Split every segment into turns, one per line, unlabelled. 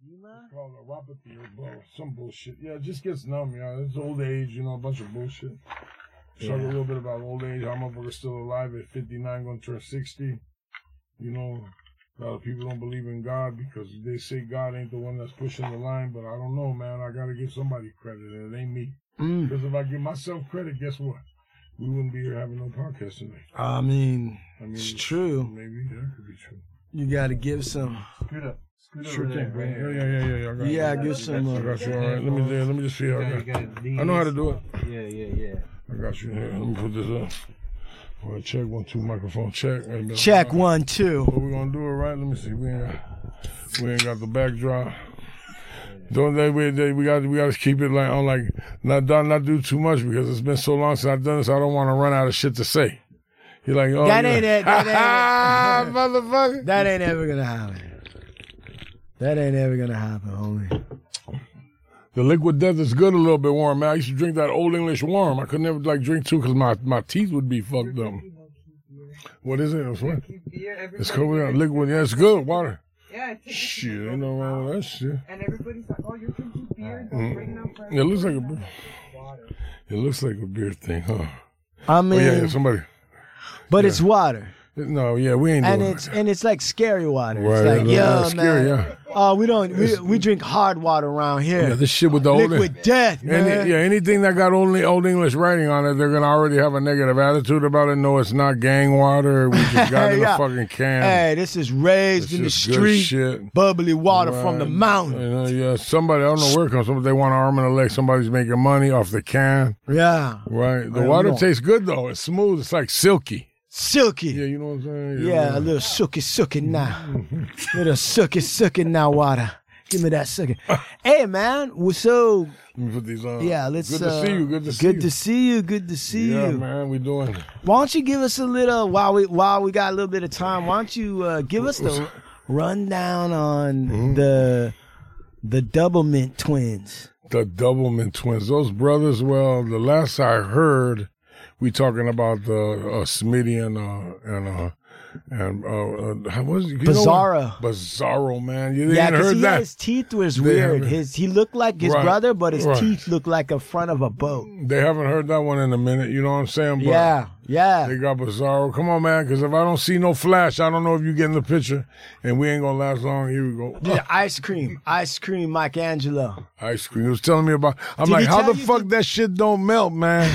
Wapapilla?
Called a wapapilla, bro. Some bullshit. Yeah, it just gets numb, you know. It's old age, you know, a bunch of bullshit. Talk a
Yeah.
little bit about old age. How motherfuckers still alive at 59, going to turn 60. You know, a lot of people don't believe in God because they say God ain't the one that's pushing the line. But I don't know, man. I got to give somebody credit, and it ain't me.
Mm.
Because if I give myself credit, guess what? We wouldn't be here having no podcast tonight.
I mean,
I mean,
it's true.
maybe that could be true.
You got to give some.
Scoot up. Scoot
Sure
over there.
thing,
right
man.
here.
Yeah, yeah, yeah, yeah. I got
Yeah,
you.
give some.
I
Uh,
got you. All right. Let me, let me just see how I
You gotta-
got
you gotta lean
I know how to
in.
do it.
Yeah, yeah, yeah.
I got you here. Let me put this up. All right, check one, two, microphone check. Hey, man.
Check one, two.
What we gonna do it right? Let me see. We ain't got, we ain't got the backdrop. Don't they, we, they, we got we got to keep it like on like not done not do too much because it's been so long since I've done this. I don't want to run out of shit to say. You're like, oh,
That ain't
yeah.
it, that ain't it.
motherfucker.
That ain't ever gonna happen. That ain't ever gonna happen, homie.
The liquid death is good a little bit warm, man. I used to drink that old English warm. I could never like drink two because my, my teeth would be fucked up. What is it? It's what?
Yeah,
It's covered in liquid. Yeah, it's good water.
Yeah, it's- it's-
Shit, ain't no wrong with that shit. Mm.
And everybody's like, oh, you're drinking beer. Don't bring no fresh
It looks like a beer. It looks like a beer thing, huh?
I
Oh
mean,
yeah, somebody.
but it's water,
No, yeah, we ain't
and
doing
it's
that.
and it's like scary water.
Right,
It's like,
yeah,
yo,
that's
man.
scary, yeah.
Oh, we don't. We, we drink hard water around
Yeah,
here.
this shit with the old.
Liquid death, man.
Any, yeah, anything that got only old English writing on it, they're gonna already have a negative attitude about it. No, it's not gang water. We just got in
Yeah.
a fucking can.
Hey, this is raised
It's
in the
just good
street,
shit.
bubbly water from the
Right.
mountain.
You know, yeah, somebody I don't know where it comes from. but They want an arm and a leg. Somebody's making money off the can,
Yeah,
right? The
Right,
water
we don't-
tastes good though. It's smooth. It's like silky.
silky.
Yeah,
Yeah,
you know what I'm saying.
a little sooky sooky now. little sooky sooky now water. Give me that sooky. hey, man. well, So
Let me put these on.
yeah, let's.
Uh, Good to
uh,
see you. Good to see you.
Good to see you. Good to see
yeah,
you.
man, we doing. it.
Why don't you give us a little while we while we got a little bit of time? Why don't you uh, give us the rundown on
Mm-hmm.
the the double mint twins?
The Doublemint twins, those brothers. Well, the last I heard, we talking about the uh, Smitty and uh, and uh, and uh, uh, how was it? You know
Bizarro.
what? Bizarro, man. You
Yeah,
ain't
because
heard
he
that?
his teeth was
They
weird.
haven't-
His he looked like his
Right,
brother, but his
right.
teeth looked like in front of a boat.
They haven't heard that one in a minute. You know what I'm saying? But
yeah, yeah.
They got Bizarro. Come on, man. Because if I don't see no flash, I don't know if you get in the picture. And we ain't gonna last long. Here we go.
Dude, ice cream, ice cream, Michelangelo.
ice cream. He was telling me about. I'm
Did
like,
he
how
tell
the
you-
fuck that shit don't melt, man?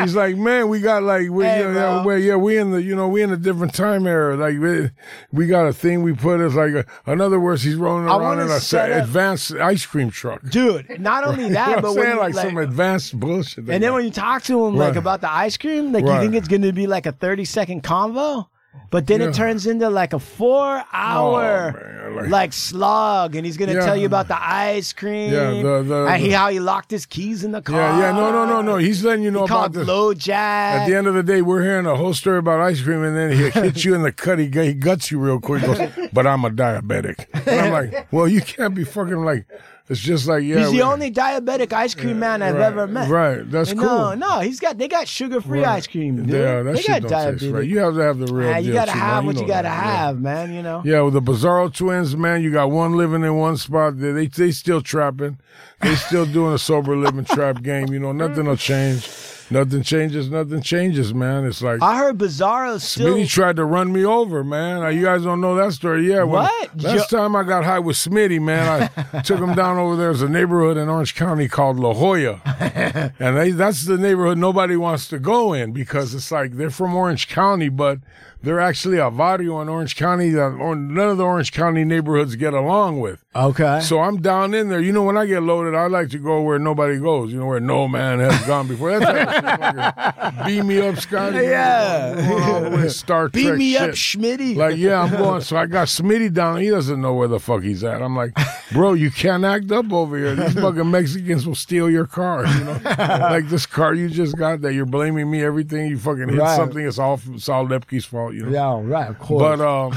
He's like, man, we got like, we,
Hey,
yeah, yeah,
bro.
we, yeah, we in the, you know, we in a different time era. Like, we, we got a thing we put. It's like, a, in other words, he's rolling around
wanna
in a
set
sa-
up-
advanced ice cream truck.
Dude, not only that,
you know
but
what I'm
when
saying?
you,
Like,
like-
some advanced bullshit. they
and then
got.
when you talk to him like
Right.
about the ice cream, like
Right.
you think it's going to be like a thirty second convo, but then
Yeah. Oh,
it turns into like a four hour
man,
like,
like-
slog, and he's going to
Yeah.
tell you about the ice cream.
Yeah, the- the-
and he,
the-
how he locked his keys in the car.
yeah, yeah, no, no, no, no. He's letting you know
He
about
called
this.
low jack.
At the end of the day, we're hearing a whole story about ice cream, and then he hits you in the cut. He, he guts you real quick. Goes, but I'm a diabetic. And I'm like, well, you can't be fucking like. It's just like yeah.
He's the
we-
only diabetic ice cream man I've
right,
ever met.
Right, that's
And
cool.
No, no, he's got they got sugar free
Right.
ice cream. Dude.
Yeah, that
they
shit
got
don't
diabetic.
taste right. You have to have the real
Ah, you
deal.
gotta
too, man.
have
You
what you
know
gotta
that, yeah.
have, man. You know.
Yeah, with the Bizarro twins, man, you got one living in one spot. They they, they still trapping. They still doing a sober living trap game. You know, nothing will change. Nothing changes. Nothing changes, man. It's like
I heard Bizarro still.
Smitty tried to run me over, man. Uh, You guys don't know that story. Yeah. when-
What?
last time I got high with Smitty, man, I took him down over there. There's a neighborhood in Orange County called La Jolla. and they, that's the neighborhood nobody wants to go in because it's like they're from Orange County, but they're actually a barrio in Orange County that or, none of the Orange County neighborhoods get along with.
okay.
So I'm down in there. You know, when I get loaded, I like to go where nobody goes. You know, where no man has gone before. That's how shit fucking beat me up, Scotty.
Yeah.
Going all the way to Star
Beat
Trek
me up,
shit.
Schmitty.
Like, yeah, I'm going. So I got Smitty down. He doesn't know where the fuck he's at. I'm like, bro, you can't act up over here. These fucking Mexicans will steal your car. You know, like this car you just got that you're blaming me everything. You fucking hit
Right.
something. It's all it's all Lepke's fault. You know.
yeah, right. Of course.
But um,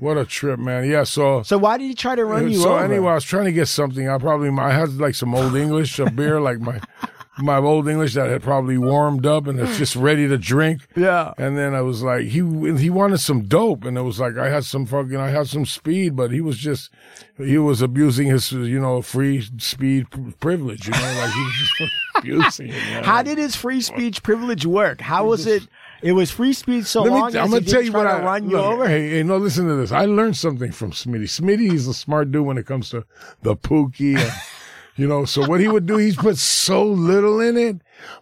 what a trip, man. Yeah. So
so why did he try to run you
so
over?
anyway, I was trying to get something. I probably I had like some old English, a beer, like my my old English that had probably warmed up and it's just ready to drink.
Yeah.
And then I was like, he he wanted some dope, and it was like I had some fucking I had some speed, but he was just he was abusing his you know free speed privilege, you know, like he was just abusing. it, man.
How did his free speech privilege work? How was uh, it? It was free speech so long as
I'm
he
gonna
didn't
tell you
try
what
to
I
run you
look,
over.
Hey, hey, no, listen to this. I learned something from Smitty. Smitty is a smart dude when it comes to the pookie. And, you know, so what he would do, he'd put so little in it,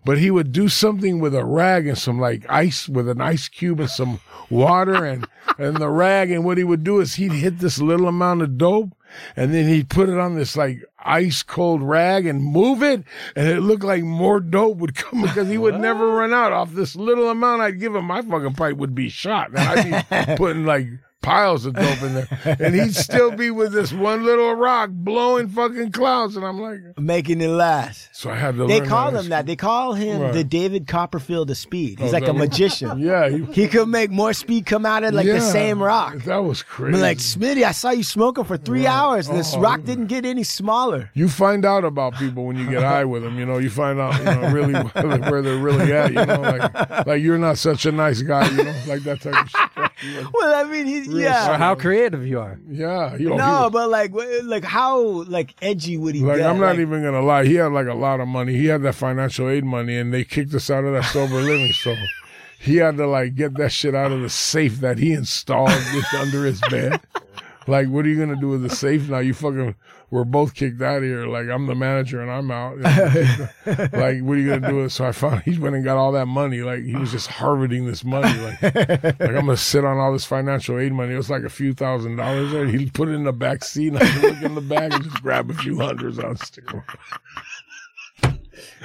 but he would do something with a rag and some like ice with an ice cube and some water and and the rag. And what he would do is he'd hit this little amount of dope. And then he'd put it on this like ice cold rag and move it, and it looked like more dope would come because he would never run out off this little amount I'd give him. My fucking pipe would be shot, and I'd be putting like piles of dope in there, and he'd still be with this one little rock blowing fucking clouds, and I'm like,
Making it last.
so I had to.
They
learn
call
how to-
him that. They call him
Right.
the David Copperfield of speed. He's
Oh,
like
that
a
was-
magician.
Yeah, he,
He could make more speed come out of like
yeah.
the same rock.
That was crazy.
I'm like, Smitty, I saw you smoking for three hours. and This
Oh,
rock
yeah.
didn't get any smaller.
you find out about people when you get high with them. You know, you find out you know, really where they're really at. You know, like like you're not such a nice guy. You know, like that type of shit.
Well, I mean, he, yeah.
Or how creative you are.
Yeah, he, oh, he
No,
was-
but like, wh- like how like edgy would he
like
get?
I'm not
Like,
even gonna lie. He had like a lot of money. He had that financial aid money, and they kicked us out of that sober living. So he had to like get that shit out of the safe that he installed just under his bed. Like, what are you gonna do with the safe now? You fucking, we're both kicked out of here. Like, I'm the manager and I'm out. like, what are you gonna do with it? So I found he went and got all that money. Like, he was just harvesting this money. Like, like I'm gonna sit on all this financial aid money. It was like a few thousand dollars there. He put it in the back seat. And I could look in the bag and just grab a few hundreds out. and stick 'em.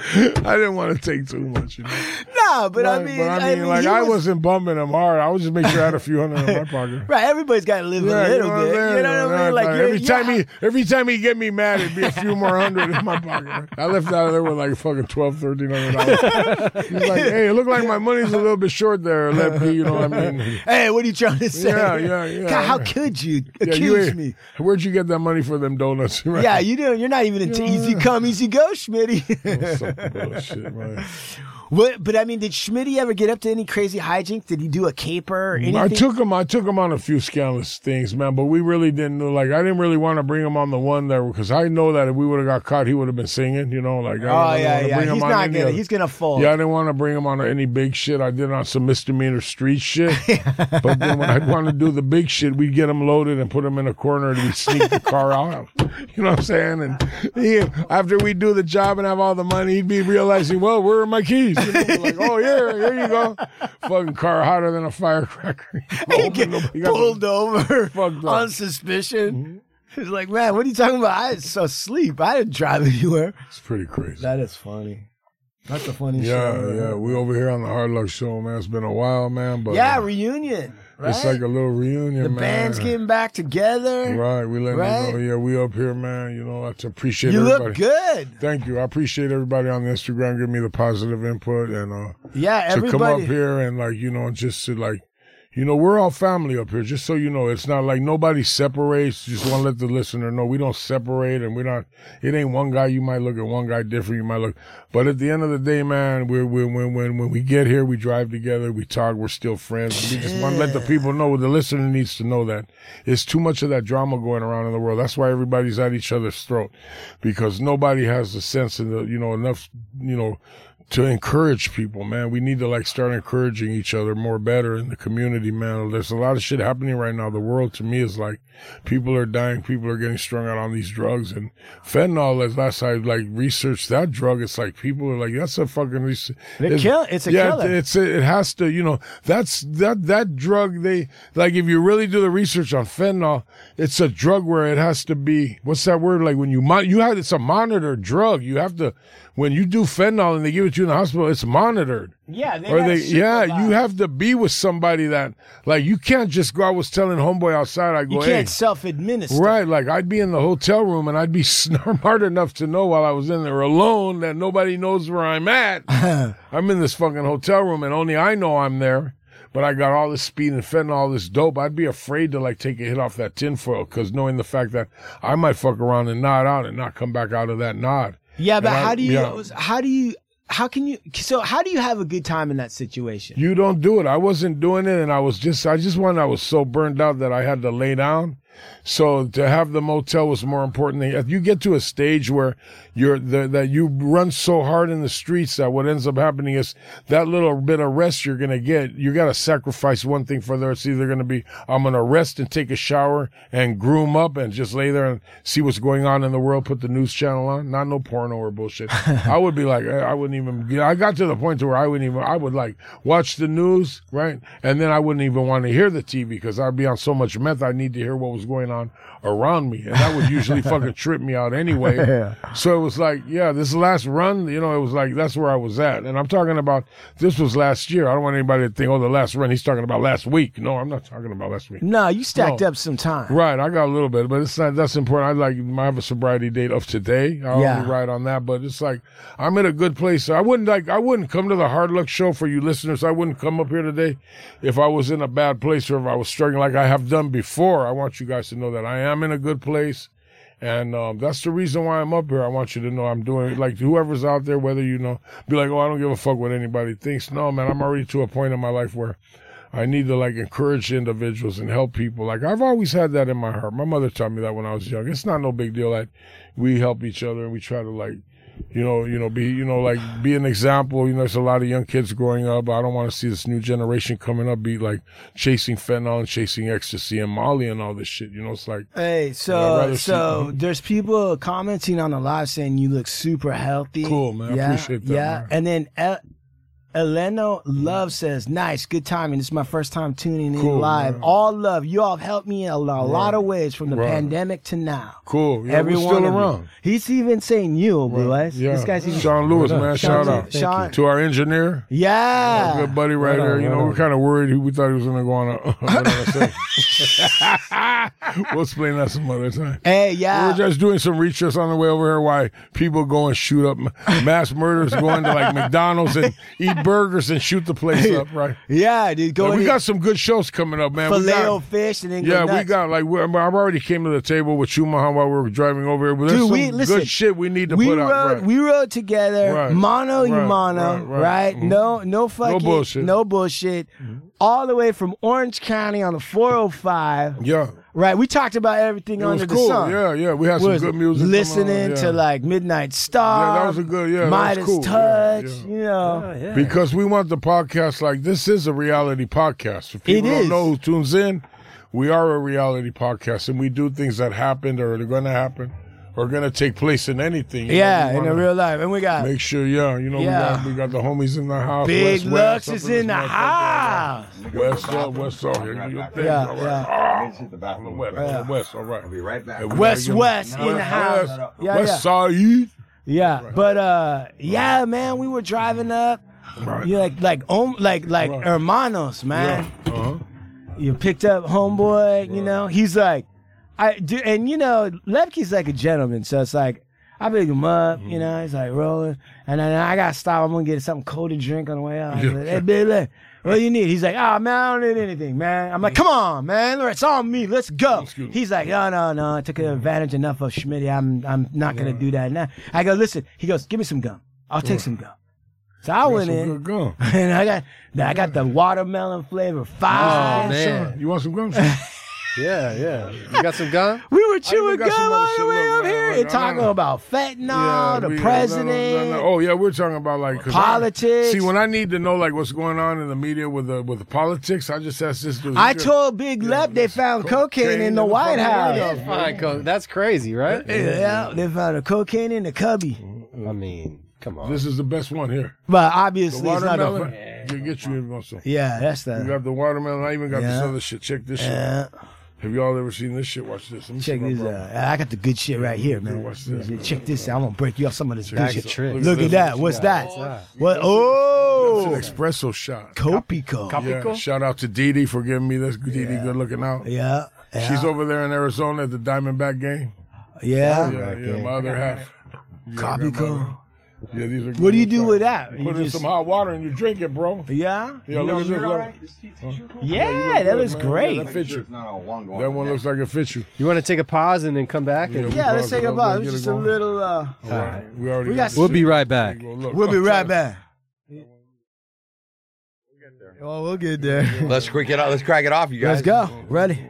I didn't want to take too much. You know?
No, but I
Like,
mean,
but I mean, like
he
I
was,
wasn't bumping him hard. I was just making sure I had a few hundred in my pocket.
right. Everybody's got to live a
Yeah,
little
what I'm
bit.
saying?
You know what I mean? Like you're-
every time
yeah.
he every time he get me mad, it'd be a few more hundred in my pocket. I left out of there with like fucking twelve, thirteen hundred dollars. He's like, hey, it looked like my money's a little bit short there, let me, you know what I mean?
Hey, what are you trying to say?
Yeah, yeah, yeah.
God, how could you
Yeah,
accuse
you ain't-
me?
Where'd you get that money for them donuts? Right.
Yeah, you do. You're not even an easy come, easy go, Schmitty.
Some bullshit, man.
what, but I mean, did Schmitty ever get up to any crazy hijink? Did he do a caper or anything?
I took him. I took him on a few scandalous things, man. But we really didn't know- like. I didn't really want to bring him on the one there because I know that if we would have got caught, he would have been singing. You know, like I
oh
didn't
yeah,
want to
yeah.
bring
He's
him on
not
any
gonna.
other-
He's gonna fold.
Yeah, I didn't want to bring him on any big shit. I did on some misdemeanor street shit. but then when I'd want to do the big shit, we'd get him loaded and put him in a corner and we'd sneak the car out. You know what I'm saying? And he, after we do the job and have all the money, he'd be realizing, well, where are my keys? You know, we're like, oh, yeah, here you go. Fucking car hotter than a firecracker.
he get pulled over
Fucked up.
on suspicion. He's like, man, what are you talking about? I was so asleep. I didn't drive anywhere.
It's pretty crazy.
That is funny. That's the funny
yeah, yeah. We over here on the Hard Luck Show, man. It's been a while, man. But
Yeah,
uh,
reunion. Right?
it's like a little reunion,
the
man.
band's getting back together.
Right, we let
Right?
you know. Yeah, we up here, man. You know, I t- appreciate
You
everybody.
look good.
Thank you. I appreciate everybody on the Instagram giving me the positive input and uh
Yeah,
to come
everybody.
up here and like you know just to like you know we're all family up here. Just so you know, it's not like nobody separates. Just want to let the listener know we don't separate and we're not. It ain't one guy. You might look at one guy different. You might look, but at the end of the day, man, we're, we when when when we get here, we drive together, we talk, we're still friends. We just want to let the people know. The listener needs to know that it's too much of that drama going around in the world. That's why everybody's at each other's throat, because nobody has the sense and the you know enough you know to encourage people, man. We need to like start encouraging each other more better in the community, man. There's a lot of shit happening right now. The world to me is like people are dying, people are getting strung out on these drugs and fentanyl. As last I like researched that drug, it's like people are like, that's a fucking. Res- it's,
kill- it's a
yeah,
killer.
It's it has to, you know, that's that that drug. They like if you really do the research on fentanyl, it's a drug where it has to be. What's that word? Like when you mon- you have it's a monitored drug. You have to when you do fentanyl and they give it to you in the hospital, it's monitored.
Yeah, they
Or
gotta
they, yeah,
supervise.
you have to be with somebody that, like, you can't just go. I was telling homeboy outside, I go,
You
hey,
can't self-administer.
Right, like I'd be in the hotel room and I'd be smart enough to know while I was in there alone that nobody knows where I'm at. I'm in this fucking hotel room and only I know I'm there. But I got all this speed and fentanyl, all this dope. I'd be afraid to like take a hit off that tinfoil because knowing the fact that I might fuck around and nod out and not come back out of that nod.
Yeah, but
And I-
how do you?
yeah.
How do you? How can you? So how do you have a good time in that situation?
You don't do it. I wasn't doing it, and I was just, I just wanted. I was so burned out that I had to lay down. So to have the motel was more important. Than, if you get to a stage where you're the, that you run so hard in the streets that what ends up happening is that little bit of rest you're gonna get, you gotta sacrifice one thing for the other. It's either gonna be I'm gonna rest and take a shower and groom up and just lay there and see what's going on in the world. Put the news channel on, not no porno or bullshit. I would be like, eh, I wouldn't even. You know, I got to the point to where I wouldn't even. I would like watch the news, right, and then I wouldn't even want to hear the TV because I'd be on so much meth. I need to hear what was going on around me, and that would usually fucking trip me out anyway. So it was like, yeah, this last run, you know, it was like that's where I was at, and I'm talking about this was last year. I don't want anybody to think, oh, the last run. He's talking about last week. No, I'm not talking about last week.
No, you stacked
No.
up some time.
Right, I got a little bit, but it's not that's important. I like I have a sobriety date of today. I
Yeah.
only ride on that, but it's like I'm in a good place. I wouldn't like I wouldn't come to the hard luck show for you listeners. I wouldn't come up here today if I was in a bad place or if I was struggling like I have done before. I want you guys to know that I am in a good place. And um, that's the reason why I'm up here. I want you to know I'm doing like whoever's out there, whether you know, be like, oh, I don't give a fuck what anybody thinks. No, man, I'm already to a point in my life where I need to like encourage individuals and help people. Like I've always had that in my heart. My mother taught me that when I was young. It's not no big deal that we help each other and we try to like, you know, you know, be you know like be an example. You know, there's a lot of young kids growing up. I don't want to see this new generation coming up be like chasing fentanyl and chasing ecstasy and Molly and all this shit. You know, it's like
Hey,
I'd
so
rather see-
so there's people commenting on the live saying you look super healthy.
Cool, man. I
Yeah,
appreciate that,
Yeah,
man.
and then El- Eleno Love says, "Nice, good timing. This is my first time tuning in
Cool,
live.
man.
All love. You all have helped me in a, lo- a lot of ways from the
Right.
pandemic to now.
cool. Yeah, we're
Everyone
still around.
He's even saying you, Blue Eyes.
Yeah,
This guy's even
Sean Lewis,
Right on.
man.
Sean-
Shout out
Sean- Ah,
to our engineer.
Yeah.
Good buddy right
Right on,
there. You
right
know,
on.
we're kind of worried. We thought he was going to go on a. what did I say? we'll explain that some other time.
Hey,
We
yeah.
We're just doing some research on the way over here why people go and shoot up mass murders, going to like McDonald's and eat burgers and shoot the place up, right?
yeah, dude. Go
And
in
we
and
got some good shows coming up, man. We
Filet
got-
fish and then go
yeah, we
nuts.
got like we, I've already came to the table with you, Mahan, while we were driving over here. But there's
Dude,
some
we- listen,
good shit we need to
we
put
rode,
out. right.
we rode together,
Right.
mono you
Right,
mono,
right,
right?
right. Mhm.
No, no fucking,
bullshit. Mm-hmm.
no bullshit. All the way from Orange County on the 405,
yeah,
right? We talked about everything
it was
under
cool.
the sun.
Yeah, yeah, we had
What
some
is
good
it?
music. coming
listening
on,
to
yeah.
like Midnight Star.
Yeah, that was a good- yeah, that was
Midas
cool. Yeah,
Touch.
yeah.
You know,
Because we want the podcast like this is a reality podcast. If people
It
don't
is.
know who tunes in, we are a reality podcast and we do things that happened or are gonna happen or gonna take place in anything. you know,
yeah,
we
in
wanna
the real life, and we got
Make sure, yeah, you know,
Yeah.
We, got, we got the homies in the house.
Big
West, West,
Lux is
up this
in the
motherfucker,
house.
West up, West up. Here, do your thing,
Yeah,
all right.
yeah.
Ah,
This is the back
West,
room.
Yeah.
West, all right.
I'll be right back.
And we
West,
gotta
West
give
in
them-
the house.
West,
Yeah,
West
yeah.
Side.
Yeah, but uh, yeah, man, we were driving up.
Right.
You like like om- like like
Right.
hermanos, man.
Uh-huh.
you picked up homeboy, you know. He's like, I do, and you know, Lepke's like a gentleman, so it's like I pick him up, you know. He's like rolling, and then I gotta stop. I'm gonna get something cold to drink on the way out. I was like, hey, Big Lep, what do you need? He's like, ah, man, I don't need anything, man. I'm like, come on, man, it's on me. Let's go.
Excuse me.
He's like, no, no, no. I took advantage enough of Schmidt. I'm, I'm not gonna do that now. I go, listen. He goes, give me some gum. I'll take some gum. So I
That's
went
some
in.
good gum.
And I got, I got the watermelon flavor five.
Oh, man.
You want some gum? Sean?
Yeah, yeah. You got some gum?
We were chewing
got some
gum
other
all the
shit.
way
Look,
up
man,
here
look,
and
I
talking
know.
about fentanyl, the
we- uh,
president.
no, no, no, no. Oh yeah, we're talking about like 'cause I-
Politics.
see, when I need to know like what's going on in the media with the with the politics, I just ask this dude.
I
Good.
told Big Lep they found cocaine, in the, White House.
Fine, co- that's crazy, right?
Yeah, they found the cocaine in the cubby.
I mean, come on.
This is the best one here.
But
The
obviously, it's not
watermelon.
the.
You get you every once in a while.
Yeah, that's
You
the.
got the watermelon. I even got this
Yeah.
other shit. Check this shit.
Yeah,
Have y'all ever seen this shit? Watch this. Let me see
check
if I
this
brought-
out. I got the good shit right here, man.
Watch this.
Yeah, Check this out. I'm gonna break you off some of this good
Bag of
shit.
tricks.
Look at
this.
that. What's that? What?
It's
Oh,
an espresso shot.
Copico.
Yeah. Shout out to Dee Dee for giving me this. Dee Dee, good looking out.
Yeah, yeah,
She's over there in Arizona at the Diamondback game.
yeah.
Yeah, yeah, my other half.
Copico.
Yeah, these are
What do you
good
do
stuff.
with that?
You
You
Put in
just-
some hot water and you drink it, bro.
Yeah.
Yeah,
You know
look
what
at
I mean?
this.
You're all
Look.
right? Is she- is she cool?
Yeah, that was
man.
great.
Yeah, that fits you.
There's not a one going.
That one looks like it fits you.
You want to take a pause and then come back? And
Yeah, let's
Pause
take
it
a
up, let's
pause. It was
get it
just a
going.
little. uh
All right. We already
We
got
got-
the
We'll be
shit.
right back.
Go look.
We'll be
I'm
right
telling
back. Oh, we'll get there.
Let's quick it out. Let's crack it off, you guys.
Let's go. Ready?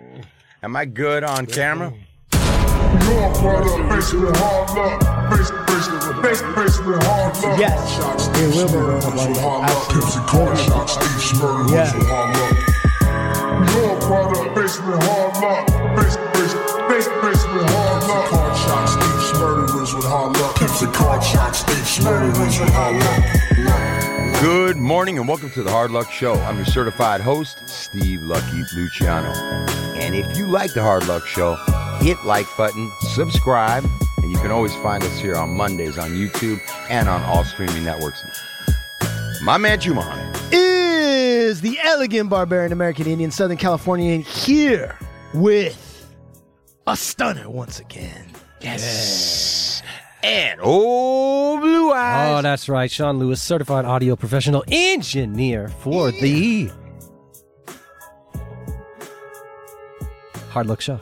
Am I good on camera?
Your brother, face with hard luck. Face, face, face, face with hard luck.
Yes.
Shots,
It will be
murder,
hard
hustle,
luck.
hard luck. Pimps and corner shots, thieves, murder,
Yeah.
hustle, hard luck. Your brother, face with hard luck. Face, face, face, face with hard luck. Card shots, thieves, murderers with hard luck. Pimps and card shots, thieves, murderers with hard luck.
Good morning and welcome to the Hard Luck Show. I'm your certified host, Steve Lucky Luciano. And if you like the Hard Luck Show, hit like button, subscribe, and you can always find us here on Mondays on YouTube and on all streaming networks. My man Jumahan.
Is the elegant barbarian American Indian Southern Californian here with a stunner once again? Yes.
And oh blue eyes.
Oh, that's right. Sean Lewis, certified audio professional engineer for the Hard Luck Show.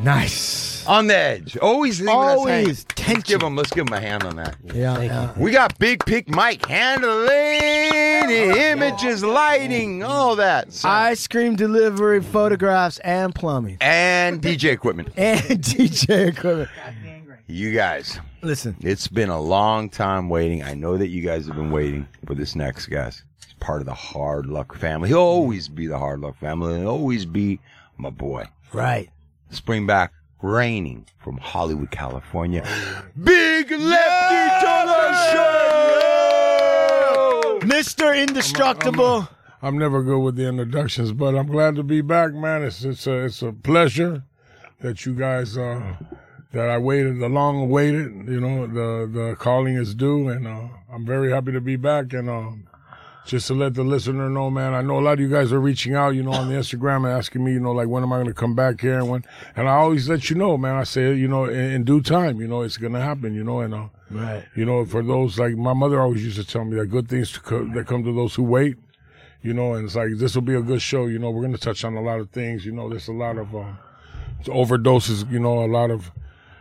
Nice.
on the edge. Always leaving us hanging.
Always
Let's give
tension.
him let's give him a hand on that.
Yeah.
Thank you.
We got Big Pick Mike handling images, lighting, all that. So-
Ice cream delivery, photographs, and plumbing.
and DJ equipment.
And DJ equipment.
You guys,
Listen,
it's been a long time waiting. I know that you guys have been waiting for this next guys. He's part of the hard luck family. He'll always be the hard luck family and always be my boy.
right.
Let's bring back raining from Hollywood, California. Big Lefty Dollar Show!
Mr. Indestructible.
I'm never good with the introductions, but I'm glad to be back, man. It's it's a it's a pleasure that you guys uh that I waited the long awaited, you know, the the calling is due and uh I'm very happy to be back and um just to let the listener know, man, I know a lot of you guys are reaching out, you know, on the Instagram and asking me, you know, like when am I gonna come back here and when and I always let you know, man. I say, you know, in, in due time, you know, it's gonna happen, you know, and uh
Right.
you know, for those like my mother always used to tell me that good things to co- that come to those who wait. You know, and it's like this will be a good show. You know, we're gonna touch on a lot of things. You know, there's a lot of uh, overdoses. You know, a lot of,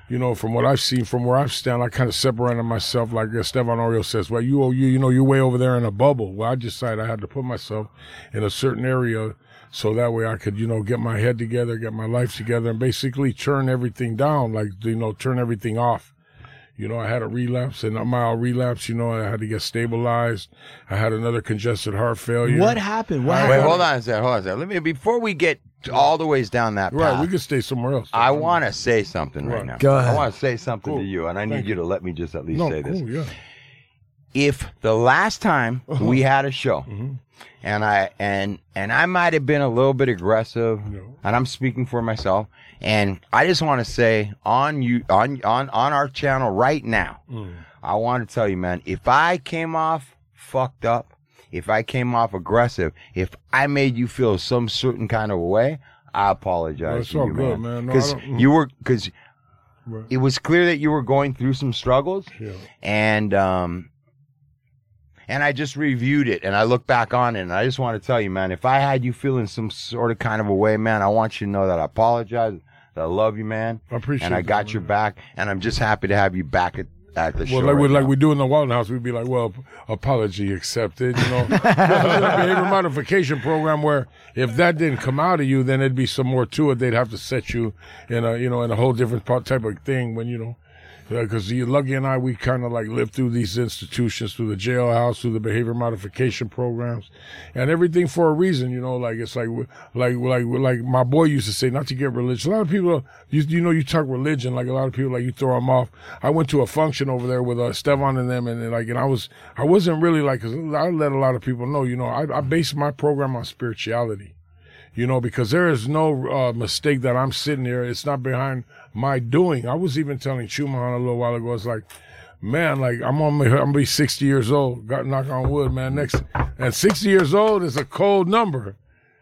you know, from what I've seen, from where I've stand, I kind of separated myself. Like Esteban Oriol says, well, you, you, you know, you're way over there in a bubble. Well, I decided I had to put myself in a certain area so that way I could, you know, get my head together, get my life together, and basically turn everything down. Like you know, turn everything off. You know, I had a relapse and a mild relapse. You know, I had to get stabilized. I had another congested heart failure.
What happened? What
Wait,
happened?
hold on a second. Hold on a second. Let me before we get all the ways down that path.
Right, we could stay somewhere else.
I want to say something right,
Right.
now.
Go ahead.
I want to say something
Cool.
to you, and I need you to let me just at least
no,
say this.
cool, yeah.
If the last time
Uh-huh.
we had a show,
Mm-hmm.
and I and and I might have been a little bit aggressive, and I'm speaking for myself, and I just want to say on you on on on our channel right now,
Mm.
I want to tell you, man, if I came off fucked up, if I came off aggressive, if I made you feel some certain kind of way, I apologize.
it's
to
all
you,
good, man. No, I
Because
don't- mm.
you were because
Right.
it was clear that you were going through some struggles,
Yeah.
and um, and I just reviewed it and I look back on it, and I just want to tell you, man, if I had you feeling some sort of kind of a way, man, I want you to know that I apologize. that I love you, man.
I appreciate
And I
that,
got
man.
your back, and I'm just happy to have you back at, at the show.
Well, like, we,
right
like
now.
we do in the Walton House, we'd be like, well, p- apology accepted, you know. There's a behavior modification program where if that didn't come out of you, then it'd be some more to it. They'd have to set you in a, you know, in a whole different part, type of thing when, you know, because Lucky and I, we kind of like lived through these institutions, through the jailhouse, through the behavior modification programs, and everything for a reason. You know, like it's like like like like my boy used to say, not to get religious. A lot of people, you you know, you talk religion, like a lot of people, like you throw them off. I went to a function over there with uh, Stevon and them, and, and, like, and I was I wasn't really like, 'cause I let a lot of people know, you know, I, I based my program on spirituality you know, because there is no uh, mistake that I'm sitting here. It's not behind my doing. I was even telling Chumahan a little while ago. It's like, man, like I'm on, my, I'm gonna be 60 years old. Got knock on wood, man. Next, and 60 years old is a cold number.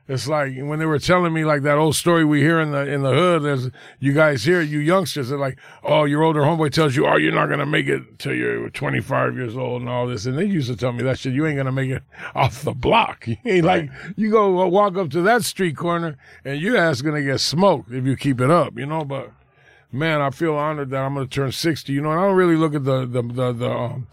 It's like when they were telling me like that old story we hear in the in the hood. There's you guys here, you youngsters. They're like, oh, your older homeboy tells you, oh, you're not gonna make it till you're 25 years old and all this. And they used to tell me that shit. You ain't gonna make it off the block. You ain't like you go walk up to that street corner and your ass gonna get smoked if you keep it up. You know, but man, I feel honored that I'm going to turn 60. You know, and I don't really look at the the the the um,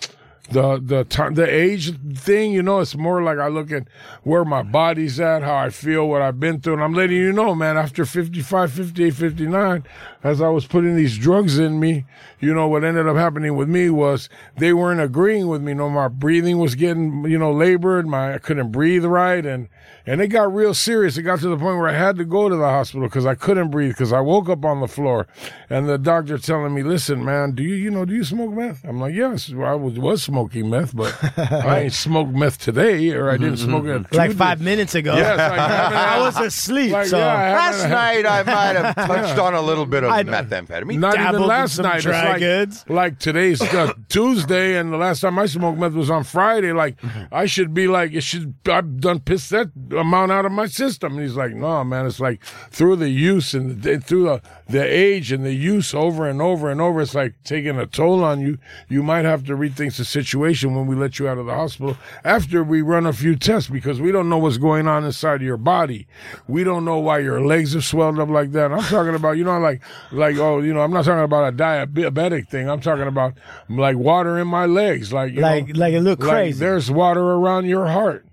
the the, time, the age thing. You know, it's more like I look at where my body's at, how I feel, what I've been through, and I'm letting you know, man. After 55, 58, 59, as I was putting these drugs in me, you know, what ended up happening with me was they weren't agreeing with me. You know, my breathing was getting you know labored, my I couldn't breathe right, and and it got real serious. It got to the point where I had to go to the hospital because I couldn't breathe because I woke up on the floor and the doctor telling me, listen, man, do you, you know, do you smoke meth? I'm like, yes, well, I was, was smoking meth, but I ain't smoked meth today or I didn't smoke it. two
Mm-hmm. Like
days."
five minutes ago.
Yes, I haven't had-
I was asleep.
Like,
so
yeah, I haven't
Last
had-
night I might have touched on a little bit of methamphetamine.
Not
dabbled
even
in
last
some
night. It's
dry
like,
goods.
like today's uh, Tuesday, and the last time I smoked meth was on Friday. Like I should be like, it should. I've done pissed that amount out of my system. And he's like, no, man. It's like through the use and the, through the, the age and the use over and over and over. It's like taking a toll on you. You might have to rethink the situation when we let you out of the hospital after we run a few tests because we don't know what's going on inside of your body. We don't know why your legs have swelled up like that. I'm talking about, you know, like, like, oh, you know, I'm not talking about a diabetic thing. I'm talking about like water in my legs. Like, you
like
know,
like it looked
like,
crazy.
there's water around your heart.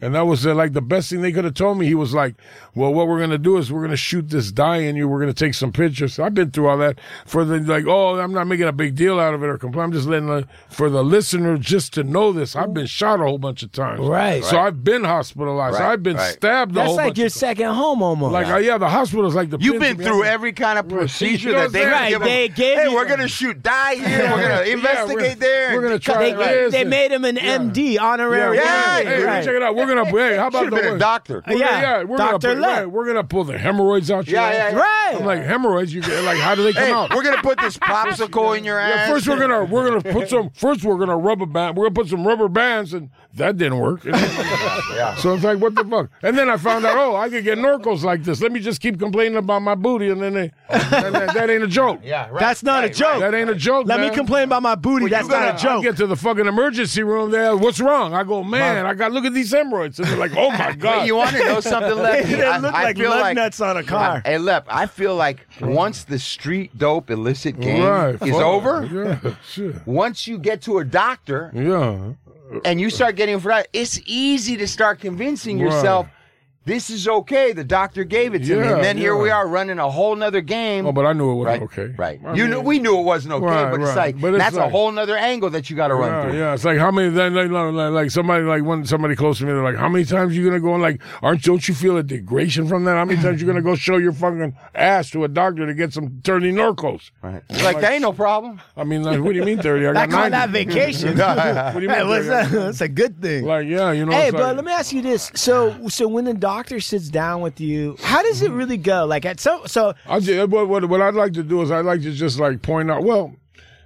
And that was uh, like the best thing they could have told me. He was like, "Well, what we're gonna do is we're gonna shoot this dye in you. We're gonna take some pictures." I've been through all that for the like. Oh, I'm not making a big deal out of it or complain. I'm just letting the, for the listener just to know this. I've been shot a whole bunch of times.
Right.
So I've been hospitalized.
Right,
I've been
right.
stabbed. a
That's
whole
like
bunch
your
of times.
second home almost.
Like uh, yeah, the hospital's like the.
You've
pins
been
in
through
the-
every kind of procedure
You know what
that they
I'm
saying?
give
Right, they
them.
gave
hey,
you
we're
them.
gonna shoot die here. We're gonna
Yeah,
investigate
we're-
there. and
We're gonna
get-
try.
they,
this
they
and-
made him an MD, honorary.
Yeah,
Hey,
MD,
hey,
right.
check it out. We're gonna. Hey, how about
Should've
the
been a
one-
doctor.
We're
Yeah,
gonna, yeah, we're
Dr.
gonna,
Love.
right, we're gonna pull the hemorrhoids out. your
Yeah,
ass.
yeah, yeah.
Right.
I'm like hemorrhoids. You get like how do they come
Hey,
out?
we're gonna put this popsicle in your ass.
yeah, first we're gonna we're gonna put some first we're gonna rubber band we're gonna put some rubber bands and that didn't work. yeah. So it's like what the fuck? And then I found out oh I could get Norcos like this. Let me just keep complaining about my booty and then they and that, that ain't a joke.
Yeah, right.
That's not a
right,
joke.
That ain't a joke.
Let
man.
me complain about my booty. That's
You gotta-
not a joke.
I get to the fucking emergency room. There, what's wrong? I go, man, I got look at these hemorrhoids. And they're like, oh my
But
god.
you want to know something, Lep?
They
I,
look
I
like
feel
lug
like,
nuts on a car.
Hey, Lep, I feel like once the street dope illicit game
right,
is
fuck.
over,
Yeah, shit.
once you get to a doctor
Yeah.
and you start getting for that, it's easy to start convincing
Right.
yourself this is okay. The doctor gave it to me,
Yeah,
and then here we
yeah.
are running a whole nother game.
Oh, but I knew it
right,
wasn't okay.
right.
I
you
mean-
know, we knew it wasn't okay,
Right,
but it's
right.
like
But it's
that's a
like-
whole nother angle that you got to run
Yeah,
through.
yeah, it's like how many like, like, like, like somebody like when somebody close to me, they're like, how many times you gonna go and like, aren't don't you feel a degradation from that? How many times you gonna go show your fucking ass to a doctor to get some thirty Norcos?
Right. It's like that ain't no problem.
I mean, like, what do you mean thirty? I got
Like on that
90.
vacation.
What do you mean?
Hey, what's
30?
that? That's a good thing.
Like, yeah, you know.
hey,
it's
but
like-
let me ask you this: so, so when the doctor sits down with you, how does it really go? Like at so, so
I just, what, what what I'd like to do is I'd like to just like point out. Well,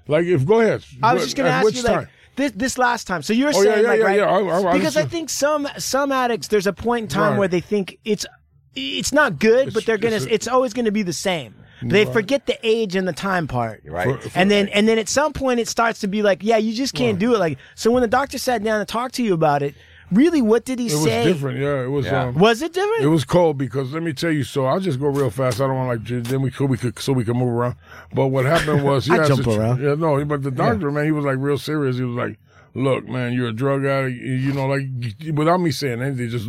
like if go ahead.
I was
What-
just going to
at
ask
which
you
time?
like this this last time. So you're
Oh, yeah,
saying
yeah,
like
yeah,
right
yeah. I- I- I
because I
understand.
think some some addicts there's a point in time
Right.
where they think it's it's not good, but
It's-
they're gonna it's,
it's a-
always gonna be the same. They forget the age and the time part,
Right. For-
and then and then at some point it starts to be like, yeah, you just can't do it. Like so, when the doctor sat down and talked to you about it, really, what did he
it was
say?
different. Yeah, it was.
Yeah.
Um,
Was it different?
It was cold because let me tell you. So I'll just go real fast. I don't want to like then we could we could so we can move around. But what happened was
I
yeah,
jump
it's a-
around.
Yeah, no. But the doctor man, he was like real serious. He was like, "Look, man, you're a drug addict. You know, like without me saying anything, just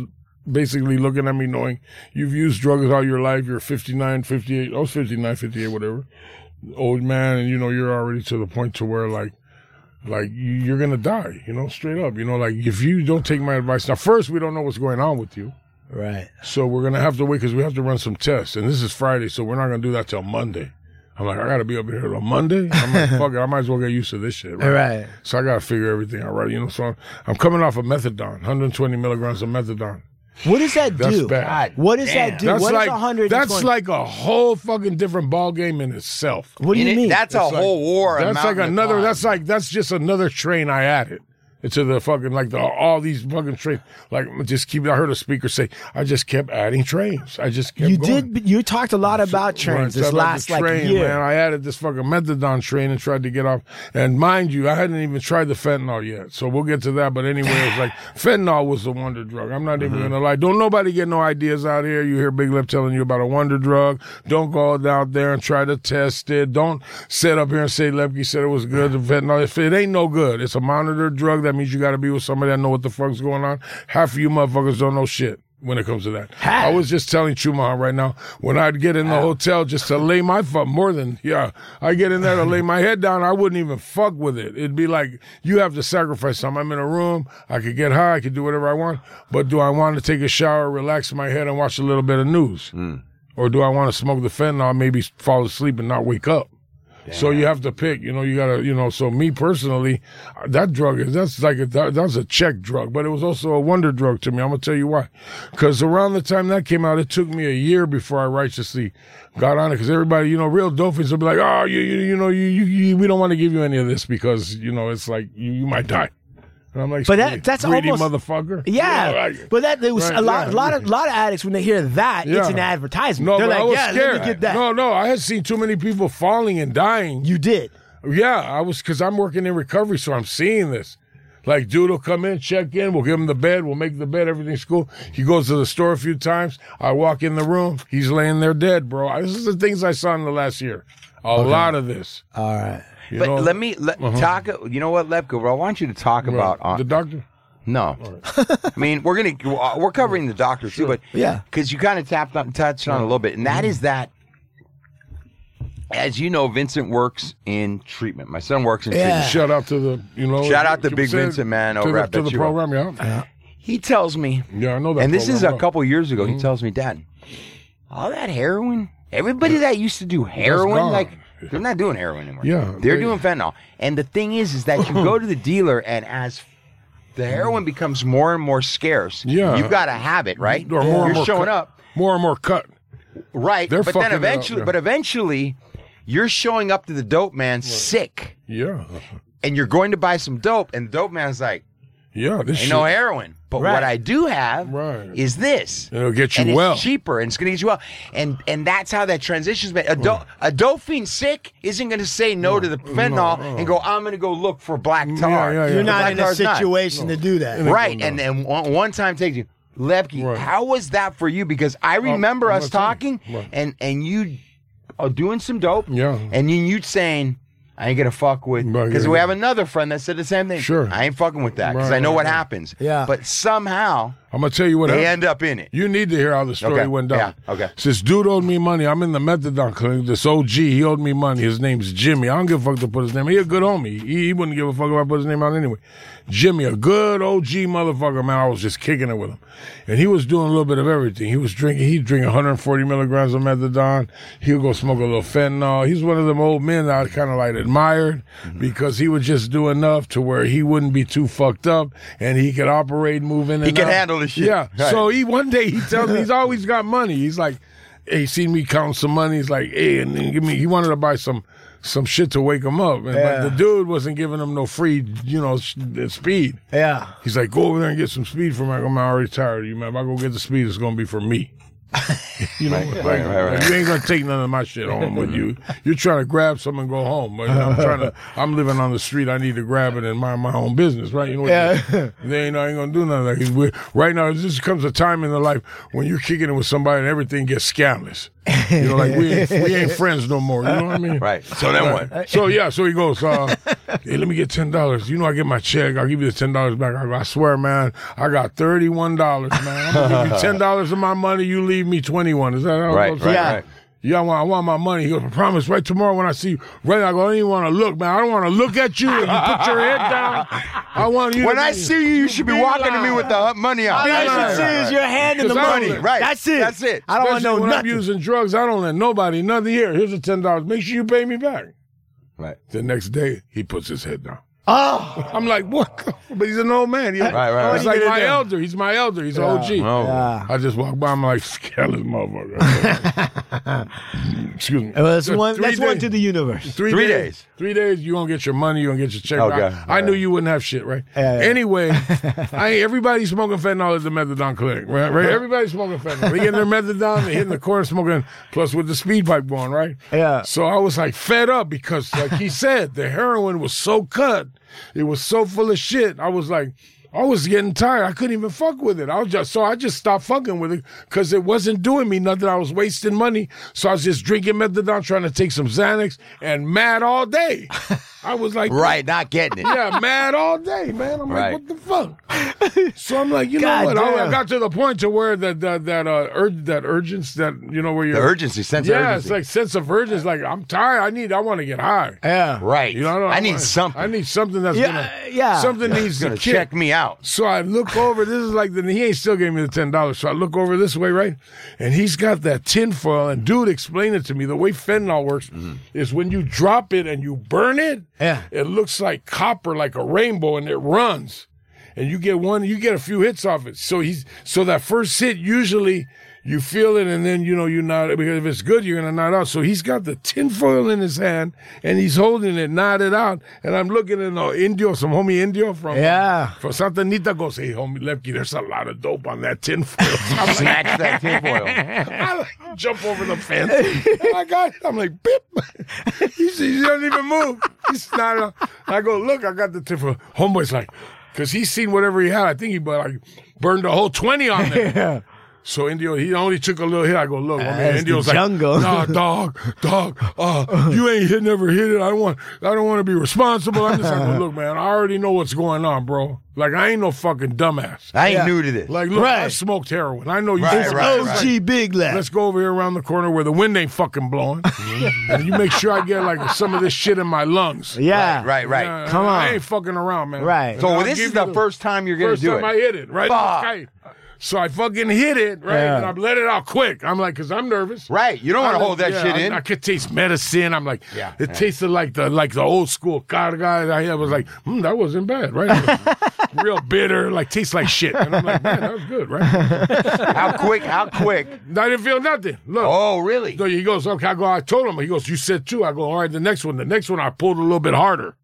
basically looking at me, knowing you've used drugs all your life. You're 59, 58. I was 59, 58, whatever. Old man, and you know you're already to the point to where like like you- you're gonna die you know straight up you know like if you don't take my advice now first we don't know what's going on with you
right.
so we're gonna have to wait because we have to run some tests, and this is Friday, so we're not gonna do that till Monday. I'm like, I gotta be up here till Monday. I'm like, fuck it, I might as well get used to this shit. Right.
Right.
So I gotta figure everything out, right? You know, so I'm, I'm coming off of methadone, 120 milligrams of methadone.
What does that
That's
do?
bad.
What does that do?
That's
what
like
is 120?
that's like a whole fucking different ball game in itself.
What do you
And it-
mean?
That's a
It's like-
whole war. a
That's like
mountain to
another.
climb.
That's like that's just another train I added. into the fucking like the all these fucking trains. Like just keep. I heard a speaker say, "I just kept adding trains. I just kept
You
going.
did. You talked a lot about trains
Right,
this
so I left
last
the
like
train,
year.
Man, I added this fucking methadone train and tried to get off. And mind you, I hadn't even tried the fentanyl yet, so we'll get to that. But anyway, it was like fentanyl was the wonder drug. I'm not
Mm-hmm.
even gonna lie. Don't nobody get no ideas out here. You hear Big Lip telling you about a wonder drug. Don't go out there and try to test it. Don't sit up here and say Lepke said it was good. The fentanyl, if it ain't no good, it's a monitor drug. That means you got to be with somebody that know what the fuck's going on. Half of you motherfuckers don't know shit when it comes to that. I was just telling Chumahan right now, when I'd get in the hotel just to lay my fuck more than yeah, I get in there to lay my head down, I wouldn't even fuck with it. It'd be like you have to sacrifice something. I'm in a room, I could get high, I could do whatever I want, but do I want to take a shower, relax my head and watch a little bit of news? Or do I want to smoke the fentanyl, maybe fall asleep and not wake up? So you have to pick, you know, you gotta, you know, so me personally, uh, that drug is, that's like a, that, that's a check drug, but it was also a wonder drug to me. I'm gonna tell you why. Cause around the time that came out, it took me a year before I righteously got on it. Cause everybody, you know, real dopings will be like, oh, you, you, you know, you, you, you we don't want to give you any of this because, you know, it's like, you, you might die. And I'm like,
But that-
"Sweetie,
that's
greedy
almost-
motherfucker.
Yeah,
like-
but that there was
Right,
a lot,
yeah.
lot of, lot of addicts when they hear that it's
Yeah.
an advertisement.
no,
They're
but
like,
I was
yeah,
scared.
let me get that.
No, no, I had seen too many people falling and dying.
You did.
Yeah, I was because I'm working in recovery, so I'm seeing this. Like, dude will come in, check in, we'll give him the bed, we'll make the bed, everything's cool. He goes to the store a few times. I walk in the room, he's laying there dead, bro. I- This is the things I saw in the last year. A lot of this.
All right.
You
Uh, But
know? uh-huh.
let me let, talk. You know what, Lepko? I want you to talk about uh, on,
the doctor.
No, I mean we're gonna we're covering the doctor too, but
Yeah.
because you kind of tapped on touched on a little bit, and
Mm-hmm.
that is that. As you know, Vincent works in treatment. My son works in
Yeah.
treatment.
Shout out to the you know.
Shout out to
you
Big
said,
Vincent, man,
To
over
the,
at
to
Bet
the
You Rock.
program, yeah.
He tells me,
Yeah, I know that.
and this is
program,
a
Mm-hmm. yeah.
couple years ago. He tells me, Dad, all that heroin. Everybody that used to do
gone.
heroin, like they're not doing heroin anymore.
Yeah,
they're
they-
doing fentanyl. And the thing is, is that you go to the dealer, and as the heroin becomes more and more scarce,
Yeah.
you've got to have it, right?
Or more and
You're
more
showing
cut.
up,
More and more cut.
right?
They're
but then
fucking it up,
eventually,
yeah.
but eventually, you're showing up to the dope man sick,
Yeah,
and you're going to buy some dope, and the dope man's like,
yeah. This
"Ain't
shit,
no heroin, but
Right.
what I do have
Right.
is this."
it'll get you
and
well.
it's cheaper and it's gonna get you well. And and that's how that transition's made. A, do, a doping sick isn't gonna say no, to the fentanyl and go, I'm gonna go look for black tar.
yeah, yeah.
The
You're not
black
in a
tar's not.
situation to do that.
Right. And then one, one time takes you. Lepke,
Right. Oh,
how was that for you? Because I remember
I'm
us
gonna tell you.
talking
Right.
and and you are doing some dope.
Yeah.
And then you saying, I ain't gonna fuck with
Right,
because
yeah,
we
yeah.
have another friend that said the same thing.
Sure.
I ain't fucking with that because
Right,
I know
right,
what
right.
happens.
Yeah.
But somehow
I'm gonna tell you what.
they
happened.
end up in it.
You need to hear how the story
Okay,
went down.
yeah, okay.
Since dude owed me money, I'm in the methadone clinic. This OG, he owed me money. His name's Jimmy. I don't give a fuck to put his name. He a good homie. He, he wouldn't give a fuck if I put his name out anyway. Jimmy, a good OG motherfucker, man. I was just kicking it with him, and he was doing a little bit of everything. He was drinking. He'd drink 140 milligrams of methadone. He'll go smoke a little fentanyl. He's one of them old men that I kind of like admired because he would just do enough to where he wouldn't be too fucked up, and he could operate, move in. He
could handle the shit.
uh, Yeah.
Right.
So he one day he tells me he's always got money. He's like, hey, he seen me count some money. He's like, hey, and then give me. He wanted to buy some some shit to wake him up, and
Yeah.
but the dude wasn't giving him no free, you know, sh- speed.
Yeah.
He's like, go over there and get some speed for me. I'm already tired of you, man. If I go get the speed, it's gonna be for me. you know, like,
right, right.
you ain't gonna take none of my shit home with you. You're trying to grab some and go home, but I'm trying to. I'm living on the street. I need to grab it and mind my own business, right? You know what
Yeah.
They ain't, I ain't gonna do nothing. Like that. 'Cause we- Right now, this comes a time in the life when you're kicking it with somebody and everything gets scandalous. You know, like we ain't, we ain't friends no more. You know what I mean?
Right. So then what?
So yeah, so he goes, uh, hey, let me get ten dollars. You know, I get my check. I'll give you the ten dollars back. I, go, I swear, man, I got thirty one dollars, man. I'm gonna give you ten dollars of my money. You leave me twenty one. Is that how it
Right,
goes?
right,
yeah.
right.
Yeah, I want, I want my money. He goes, I promise, right tomorrow when I see you, right I go, I don't even want to look, man. I don't want to look at you. If you put your head down, I want you to
When I
be-
see you, you should be walking to me with the money out.
All I
Right,
should see
right,
is your hand in the
Cause I
money.
don't-
right.
That's it.
That's it.
I don't want to
Especially
know
when
nothing.
I'm using drugs, I don't let nobody nothing here. Here's the ten dollars. Make sure you pay me back.
Right.
The next day, he puts his head down.
oh,
I'm like, what? But he's an old man. He-
right, right.
He's
What
like
are you
my
gonna do?
elder. He's my elder. He's OG.
Oh.
yeah.
I just walk by. I'm like, scandalous motherfucker. Excuse me.
Well, that's
So
one.
three
That's one
days-
to the universe.
Three,
Three
days.
days.
Three days. You won't get your money. You won't get your check.
Okay,
I, I
all
knew
right.
you wouldn't have shit, right?
Yeah, yeah.
Anyway, I ain't, everybody's smoking fentanyl at the methadone clinic, right? right? Everybody's smoking fentanyl. They getting their methadone. They hitting the corner smoking. Plus with the speed pipe going, right?
Yeah.
So I was like fed up because, like he said, the heroin was so cut. It was so full of shit. I was like. I was getting tired. I couldn't even fuck with it. I was just so I just stopped fucking with it because it wasn't doing me nothing. I was wasting money, so I was just drinking methadone, trying to take some Xanax, and mad all day. I was like,
Right, not getting it.
yeah, mad all day, man. I'm
Right.
like, what the fuck? So I'm like, you
God
know what? I- I
damn.
got to the point to where that that that uh, ur- that urgency, that you know where you're
The urgency, sense of
Yeah,
urgency.
it's like sense of urgency. Like I'm tired. I need. I want to get high.
Yeah.
Right.
You know, I, don't-
I need
want-
something.
I need something that's
Yeah,
gonna
yeah.
something needs
He's
to
gonna
kick.
check me out.
So I look over. This is like the he ain't still gave me the ten dollars. So I look over this way, right? And he's got that tinfoil. And dude explained it to me. The way fentanyl works is when you drop it and you burn it,
Yeah.
it looks like copper, like a rainbow, and it runs. And you get one, you get a few hits off it. So he's so that first hit usually you feel it, and then you know you're not because if it's good, you're gonna knot out. So he's got the tinfoil in his hand and he's holding it, knotted out. And I'm looking at uh, Indio, some homie Indio from
Yeah.
for Santa Anita goes, hey, homie Lefty, there's a lot of dope on that tinfoil. I'm like,
Snatch that tinfoil.
I like jump over the fence. And I got it. I'm like, beep. He said, he doesn't even move. He's not. a- I go, look, I got the tinfoil. Homeboy's like, because he's seen whatever he had. I think he bu- like, burned a whole 20 on there.
Yeah.
So Indio, he only took a little hit. I go, look, I
That's
mean,
the
Indio's like,
jungle.
nah, dog, dog, uh, you ain't hit, never hit it. I don't want, I don't want to be responsible. I'm just like, look, man, I already know what's going on, bro. Like, I ain't no fucking dumbass.
I ain't
Yeah.
new to this.
Like, look, I
Right.
smoked heroin. I know you.
Right,
smoked
right,
OG
heroin.
Big Left.
Let's go over here around the corner where the wind ain't fucking blowing,
Mm-hmm.
and you make sure I get like some of this shit in my lungs.
yeah.
right, right.
Yeah,
Come
I
on.
ain't fucking around, man.
Right.
so
I'll
this
give
is
you
the first time you're gonna
first
do
time I
it.
hit it, right?
Fuck.
Okay. So I fucking hit it, right?
Yeah.
And I let it out quick. I'm like, cause I'm nervous.
Right. You don't want
I
to
let-
hold that
yeah,
shit
I-
in.
I could taste medicine. I'm like,
Yeah,
It
yeah.
tasted like the like the old school carga. I was like, hmm, that wasn't bad, right? Real bitter, like tastes like shit. And I'm like, man, that was good, right?
how quick? How quick?
I didn't feel nothing. Look.
Oh, really?
So he goes, okay. I go, I told him. He goes, you said two. I go, all right, the next one. The next one, I pulled a little bit harder.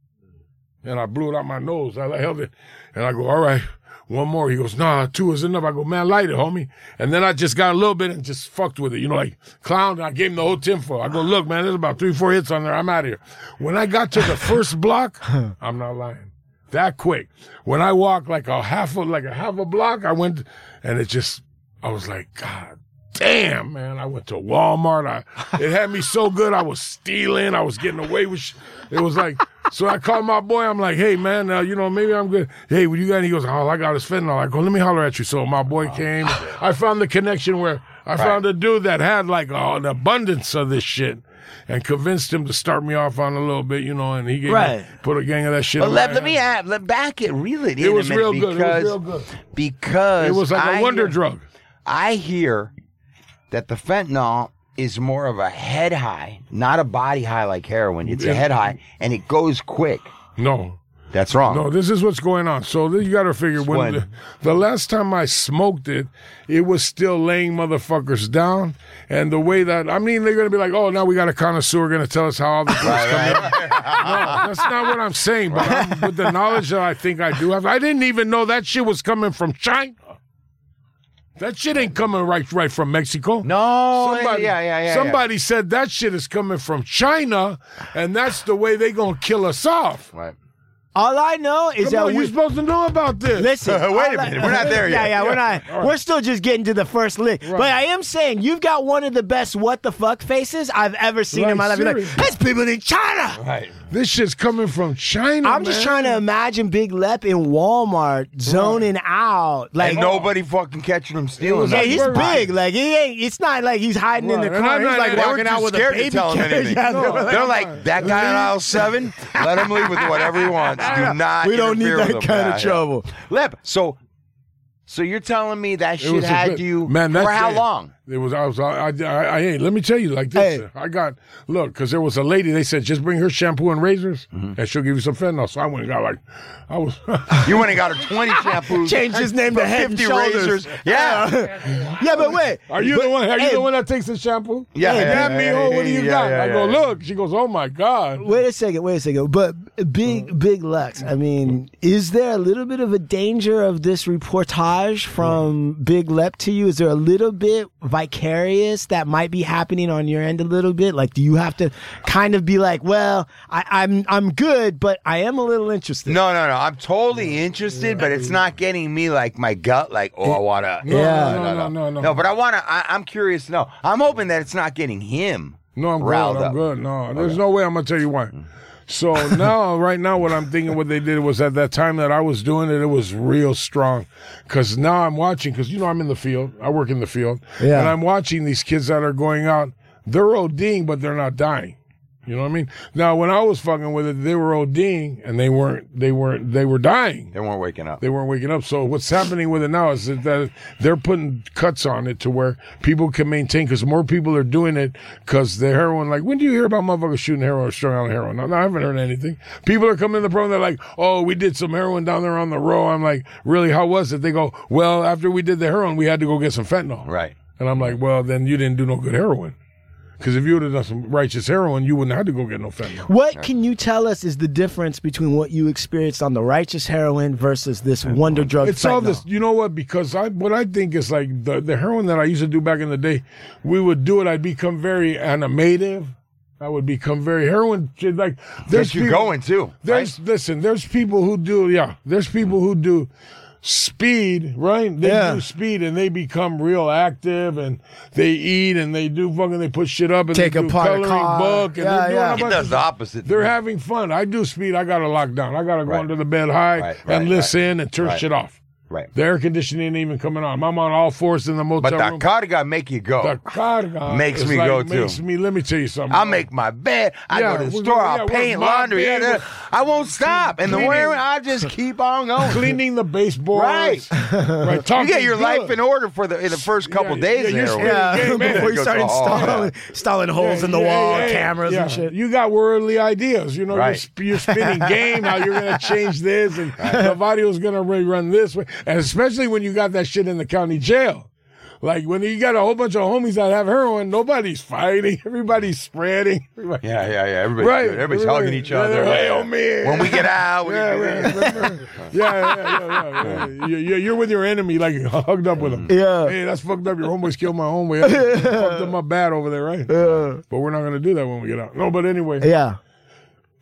And I blew it out my nose. I held it. And I go, all right, one more. He goes, nah, two is enough. I go, man, light it, homie. And then I just got a little bit and just fucked with it. You know, like clown. I gave him the whole tinfoil. I go, look, man, there's about three, four hits on there. I'm out of here. When I got to the first block, I'm not lying. That quick. When I walked like a half a like a half a block, I went and it just I was like, God damn, man. I went to Walmart. I, it had me so good. I was stealing. I was getting away with sh- It was like, so I called my boy. I'm like, hey, man, uh, you know, maybe I'm good. Hey, what you got? And he goes, all I got is fentanyl. I go, let me holler at you. So my boy
Oh,
came. I found the connection where I found a dude that had like a- an abundance of this shit. And convinced him to start me off on a little bit, you know, and he gave me-
Right.
put a gang of that shit.
But
in
let,
my
let me
hand.
add, let back it, reel it in
It was
a minute
real good. It
because
was real good.
because
It was like
a
a wonder drug.
I hear that the fentanyl is more of a head high, not a body high like heroin. It's a head high, and it goes quick.
No,
That's wrong.
No, this is what's going on. So th- you got to figure when
Explain.
the, the last time I smoked it, it was still laying motherfuckers down. And the way that I mean, they're gonna be like, "Oh, now we got a connoisseur going to tell us how all the drugs come out." No, that's not what I'm saying. But I'm, with the knowledge that I think I do have, I didn't even know that shit was coming from China. That shit ain't coming right right from Mexico.
No,
Somebody,
yeah, yeah, yeah. yeah.
somebody said that shit is coming from China, and that's the way they gonna kill us off.
Right.
All I know is
Come
that
on,
we.
you're supposed to know about this.
Listen.
Wait a
all I-
minute, we're not there
Yeah,
yet.
yeah, we're not.
right.
We're still just getting to the first lick. But I am saying you've got one of the best what the fuck faces I've ever seen in
Right,
my life. You're Like,
seriously.
that's people in China.
Right.
This shit's coming from China.
I'm just
man.
trying to imagine Big Lep in Walmart zoning out. Like
And nobody fucking catching him stealing.
Yeah,
nothing.
he's big. Like he ain't. It's not like he's hiding in the
Right, and
car.
I'm
He's
not-
like
they were
walking out
too
with a
scared to
baby
tell him
carriage.
anything.
Yeah, they were like,
They're like that guy in aisle seven. Let him leave with whatever he wants. Do not.
we don't need
interfere
that
with
kind
him. Yeah,
of
yeah.
trouble.
Lip. So, so you're telling me that shit
was a
had
bit-
you
Man,
for
that's
how
it.
long?
It was I was I, I, I hey let me tell you like this uh,
Hey.
I got look because there was a lady they said just bring her shampoo and razors
Mm-hmm.
and she'll give you some fentanyl so I went and got like I was
You went and got her 20 shampoos.
Changed his name to Head and
50
Shoulders.
razors. Yeah.
Uh.
Yeah, but wait.
are you the one are you
hey,
the one that takes the shampoo
Yeah,
hey,
yeah,
grab
yeah,
me
yeah,
oh what do you
yeah,
got
yeah,
I go
yeah.
look she goes oh my god
Wait a second. Wait a second. But
Mm-hmm.
big, big Lux. I mean, is there a little bit of a danger of this reportage from
Mm-hmm.
Big Lep to you? Is there a little bit vicarious that might be happening on your end a little bit? Like, do you have to kind of be like, well, I, I'm, I'm good, but I am a little interested.
No, no, no. I'm totally interested, but it's not getting me like my gut, like, oh, I want to.
No,
Yeah.
no, no, no, no, no.
No, but I want to. I'm curious to know. I'm hoping that it's not getting him.
No, I'm
riled
good. I'm
up. Mm-hmm.
good. No, there's no way I'm gonna tell you why. So now, right now, what I'm thinking, what they did was at that time that I was doing it, it was real strong. Cause now I'm watching, cause you know I'm in the field. I work in the field,
Yeah.
and I'm watching these kids that are going out. They're ODing, but they're not dying. You know what I mean? Now, when I was fucking with it, they were ODing, and they weren't. They weren't. They were dying
They weren't waking up.
they weren't waking up. So what's happening with it now is that- that they're putting cuts on it to where people can maintain because more people are doing it because the heroin. Like when do you hear about motherfuckers shooting heroin or strung out on heroin? No, no, I haven't heard anything. People are coming in the program. They're like, oh, we did some heroin down there on the row. I'm like, really? How was it? They go, well, after we did the heroin, we had to go get some fentanyl.
Right.
And I'm like, well, then you didn't do no good heroin. Because if you would have done some righteous heroin, you wouldn't have had to go get no fentanyl.
What can you tell us is the difference between what you experienced on the righteous heroin versus this wonder drug?
It's all
fentanyl?
this, you know what? Because I, what I think is like the, the heroin that I used to do back in the day, we would do it. I'd become very animative. I would become very heroin. Like there's
Get you
people-
going too.
There's listen. There's people who do yeah. There's people who do speed right. They
Yeah.
do speed and they become real active and they eat and they do fucking. They put shit up and
Take
they do
apart a
coloring
car.
book and
Yeah,
they're doing
yeah.
a
It
It
bunch
does
of
the opposite.
they're having fun. I do speed. I got to lock down. I got to go
Right.
under the bed high
Right, right,
and listen
right.
and turn
Right.
shit off.
right.
The air conditioning ain't even coming on. I'm on all fours in the motel
But the
room.
cardigan make you go.
the carga
Makes
is
me
like-
go, too.
Makes me. Let me tell you something.
I'll make my bed. I
Yeah,
go to the
we-
store. I'll
yeah,
paint
we're- my
laundry.
bed
yeah,
was-
I won't stop. And the
cleaning-
wearing, I just keep on going.
cleaning the baseboards. Right.
You
talking
get your
good.
life in order for the in the first couple
yeah,
days
yeah, you're
there.
scared. Yeah,
Yeah,
man,
before
it
you
goes
start
to all
installing, installing holes in the
Yeah,
wall,
yeah, yeah,
cameras and
yeah.
shit.
You got worldly ideas. You know, you're
Right.
sp- you're, spinning game, how you're going to change this, and the video's going to run this way. And especially when you got that shit in the county jail. Like when you got a whole bunch of homies that have heroin, nobody's fighting. Everybody's spreading. Everybody,
Yeah, yeah, yeah. Everybody's,
Right.
good. Everybody's
Everybody-
hugging each
yeah,
other.
hey, oh, man.
When we get out, we
Yeah,
do
yeah, yeah,
this.
yeah, yeah, yeah, yeah. You- you- You're with your enemy, like hugged up with him.
Yeah.
Hey, that's fucked up. Your homeboys killed my homeboy. That's fucked up my bad over there, right? Yeah. But we're not gonna do that when we get out. No, but anyway,
yeah.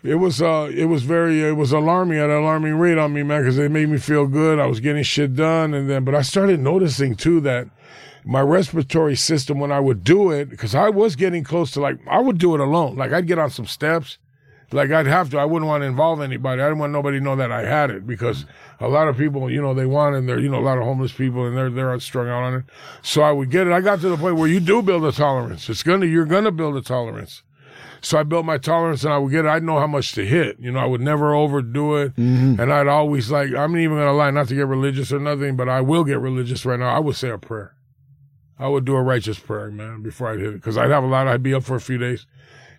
it was uh, it was very, it was alarming at an alarming rate on me, man, because it made me feel good. I was getting shit done, and then, but I started noticing too that my respiratory system when I would do it, because I was getting close to like I would do it alone. Like I'd get on some steps. Like I'd have to. I wouldn't want to involve anybody. I didn't want nobody to know that I had it because a lot of people, you know, they want and they're, you know, a lot of homeless people and they're they're strung out on it. So I would get it. I got to the point where you do build a tolerance. It's gonna you're gonna build a tolerance. So I built my tolerance and I would get it. I'd know how much to hit. You know, I would never overdo it.
Mm-hmm.
And I'd always like I'm not even gonna lie, not to get religious or nothing, but I will get religious right now. I would say a prayer. I would do a righteous prayer, man, before I hit it. Because I'd have a lot, I'd be up for a few days.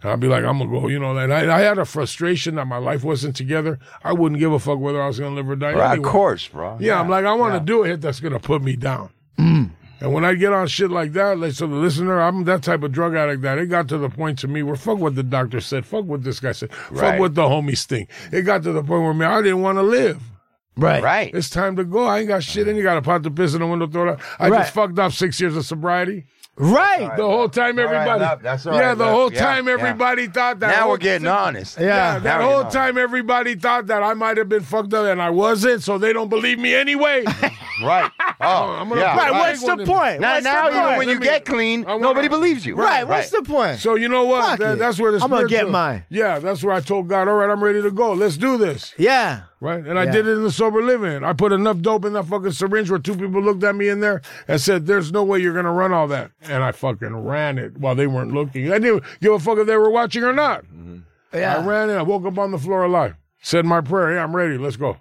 And I'd be like, I'm gonna go, you know. And I, I had a frustration that my life wasn't together. I wouldn't give a fuck whether I was gonna live or die.
Right,
anyway.
Of course, bro.
Yeah, I'm like, I want to do a hit that's gonna put me down.
Mm.
And when I get on shit like that, like so the listener, I'm that type of drug addict that it got to the point to me where fuck what the doctor said, fuck what this guy said, fuck
Right.
what the homies think. It got to the point where man, I didn't want to live.
Right.
right.
It's time to go. I ain't got shit in. You got a pot to piss in the window, throw it out. I
Right.
just fucked up six years of sobriety.
Right.
The whole time,
All right,
everybody.
love. That's all
yeah,
right,
the
love.
whole
Yeah,
time,
yeah.
everybody thought that.
Now
whole
we're getting
thing-
honest.
Yeah,
Yeah.
that
Now we
whole
know.
time everybody thought that I might have been fucked up and I wasn't, so they don't believe me anyway.
Right. Oh,
I'm gonna-
yeah,
Right.
Right. What's the point?
Now,
what's
now
the point?
even when you get clean,
I wanna-
nobody believes you.
right, What's the point?
so you know what?
Fuck
That-
it.
that's where the
I'm gonna get
spiritual-
mine.
Yeah, that's where I told God, all right, I'm ready to go. Let's do this.
yeah.
Right? And I did it in the sober living. I put enough dope in that fucking syringe where two people looked at me in there and said, There's no way you're gonna run all that. And I fucking ran it while they weren't looking. I didn't give a fuck if they were watching or not.
Yeah.
I ran it, I woke up on the floor alive. Said my prayer, hey, I'm ready, let's go.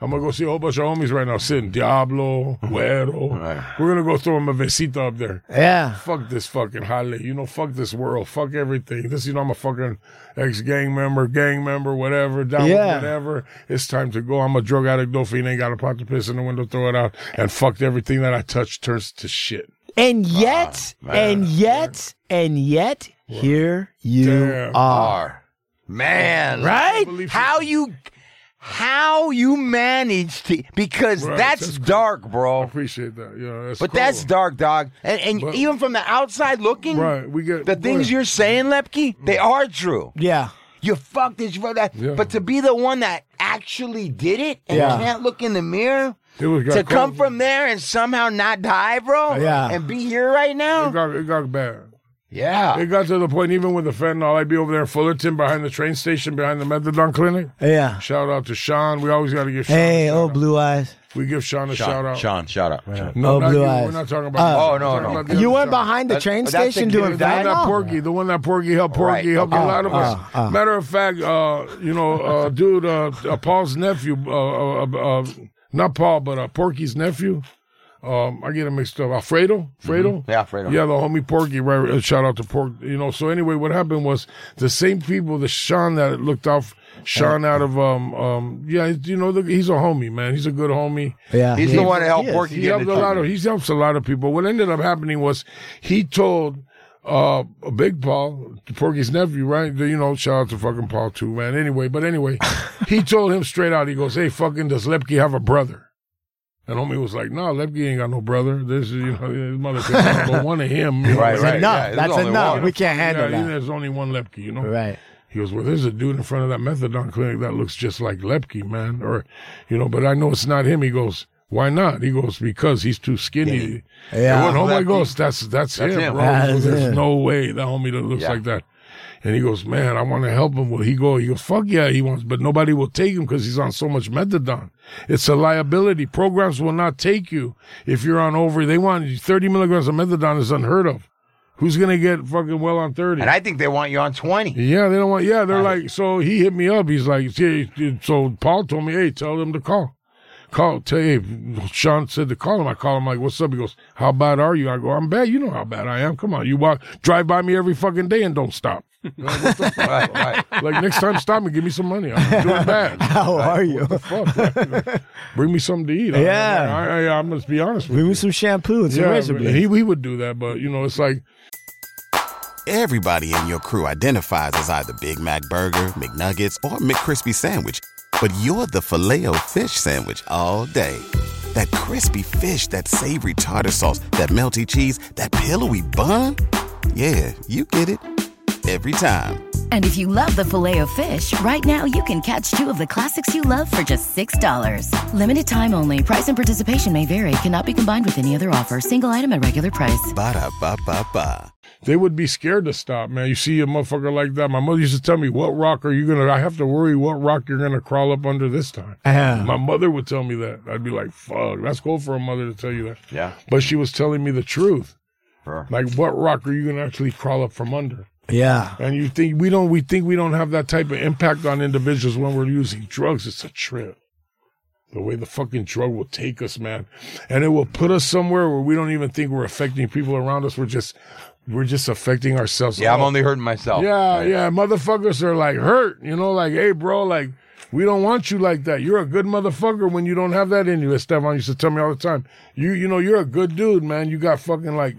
I'm gonna go see a whole bunch of homies right now sitting. Diablo, Güero. We're gonna go throw him a visita up there.
Yeah.
Fuck this fucking holiday. You know, fuck this world. Fuck everything. This, you know, I'm a fucking ex gang member, gang member, whatever, down
Yeah.
with whatever. It's time to go. I'm a drug addict. Dolphin ain't got a pot to piss in the window, throw it out. And fucked everything that I touch turns to shit.
And yet, and yet, and yet, here you
Damn.
are.
Are. Man.
Right?
Believe shit.
How you how you manage to because
Right,
that's,
that's cool.
dark,
I
bro.
appreciate that. You know, that's
But
cool.
that's dark, dog. And and
But-
even from the outside looking,
right. We get
the things
you
you're saying, Lepke, they are true.
Yeah.
You fucked this, you fucked that.
Yeah.
But to be the one that actually did it and
Yeah.
can't look in the mirror,
it was got
to come
cold.
from there and somehow not die, bro,
Uh, Yeah.
and be here right
It
now,
got, it got bad.
yeah,
It got to the point, even with the fentanyl, I'd be over there in Fullerton behind the train station, behind the methadone clinic.
Yeah.
Shout out to Sean. We always got to give Sean.
Hey,
a shout
oh,
out.
blue eyes.
We give Sean a shout out.
Sean, shout out.
No,
Oh,
not
blue
you.
eyes. Uh,
We're not talking about.
Oh,
We're
no,
talking
no.
about the other
You went
Sean.
behind the
That-
train
that's the
station
kid
doing
The one that
that.
Porky, the one that Porky helped Porky
Right.
helped a
Oh,
lot of
oh,
us.
uh.
Matter of fact, uh, you know, uh, dude, uh, uh, Paul's nephew, uh, uh, uh, uh, not Paul, but uh, Porky's nephew. Um, I get him mixed up. Alfredo, Fredo,
Mm-hmm. Yeah, Alfredo.
yeah, the homie Porky. Right, uh, shout out to Pork. You know. So anyway, what happened was the same people, the Sean that looked off, Sean
Uh-huh.
out of um um yeah, you know, the, he's a homie, man. He's a good homie.
Yeah.
He's
he-
the one that helped
he is.
Porky
He
get
helped
in
a
the
lot of
treatment.
he helps a lot of people. What ended up happening was he told uh Big Paul, Porky's nephew, right? You know, shout out to fucking Paul too, man. Anyway, but anyway, he told him straight out, he goes, Hey fucking does Lepke have a brother? And homie was like, No, Lepke ain't got no brother. This is you know his mother could- but one of him. you know,
Right,
it's
right.
like,
Enough.
Yeah, there's
That's
only
enough.
one.
We can't handle
yeah,
that.
there's only one Lepke, you know.
Right.
He goes, Well, there's a dude in front of that methadone clinic that looks just like Lepke, man. Or, you know, but I know it's not him. He goes, Why not? He goes, Because he's too skinny.
Yeah.
And oh my
Lepke.
gosh, that's that's,
That's
him,
him.
bro.
That's
He goes, there's
him.
no way that homie that looks
Yeah.
like that. And he goes, Man, I want to help him. Will he go? He goes, Fuck yeah, he wants, but nobody will take him because he's on so much methadone. It's a liability. Programs will not take you if you're on over. They want you 30 milligrams of methadone is unheard of. Who's gonna get fucking well on 30?
And I think they want you on twenty.
Yeah, they don't want. Yeah, they're like. So he hit me up. He's like, yeah, so Paul told me, hey, tell them to call. Call. Tell hey, Sean said to call him. I call him like, what's up? He goes, how bad are you? I go, I'm bad. You know how bad I am. Come on, you walk, drive by me every fucking day and don't stop.
right, right.
Like next time, stop and give me some money. I'm doing bad.
How are you?
Fuck. Like, bring me something to eat. I-
Yeah.
I, I, I must be honest with
Bring me
you.
some shampoo and some razor
Yeah,
blades.
he, he would do that, but you know, it's like
Everybody in your crew identifies as either Big Mac Burger, McNuggets, or McCrispy Sandwich. But you're the filet fish Sandwich all day. That crispy fish, that savory tartar sauce, that melty cheese, that pillowy bun. Yeah, you get it. Every time.
And if you love the filet of fish, right now you can catch two of the classics you love for just $6. Limited time only. Price and participation may vary. Cannot be combined with any other offer. Single item at regular price.
Ba-da-ba-ba-ba.
they would be scared to stop, man. You see a motherfucker like that. My mother used to tell me, "What rock are you gonna?" I have to worry what rock you're gonna crawl up under this time.
Yeah.
My mother would tell me that. I'd be like, "Fuck, that's cool for a mother to tell you that."
Yeah.
But she was telling me the truth.
Sure.
Like, what rock are you gonna actually crawl up from under?
Yeah.
And you think we don't? We think we don't have that type of impact on individuals when we're using drugs. It's a trip. The way the fucking drug will take us, man, and it will put us somewhere where we don't even think we're affecting people around us. We're just, we're just affecting ourselves.
Yeah, I'm
Oh,
only hurting myself.
yeah, yeah. Motherfuckers are like hurt, you know, like, hey, bro, like, we don't want you like that. You're a good motherfucker when you don't have that in you. As Stefan used to tell me all the time, you, you know, you're a good dude, man. You got fucking like,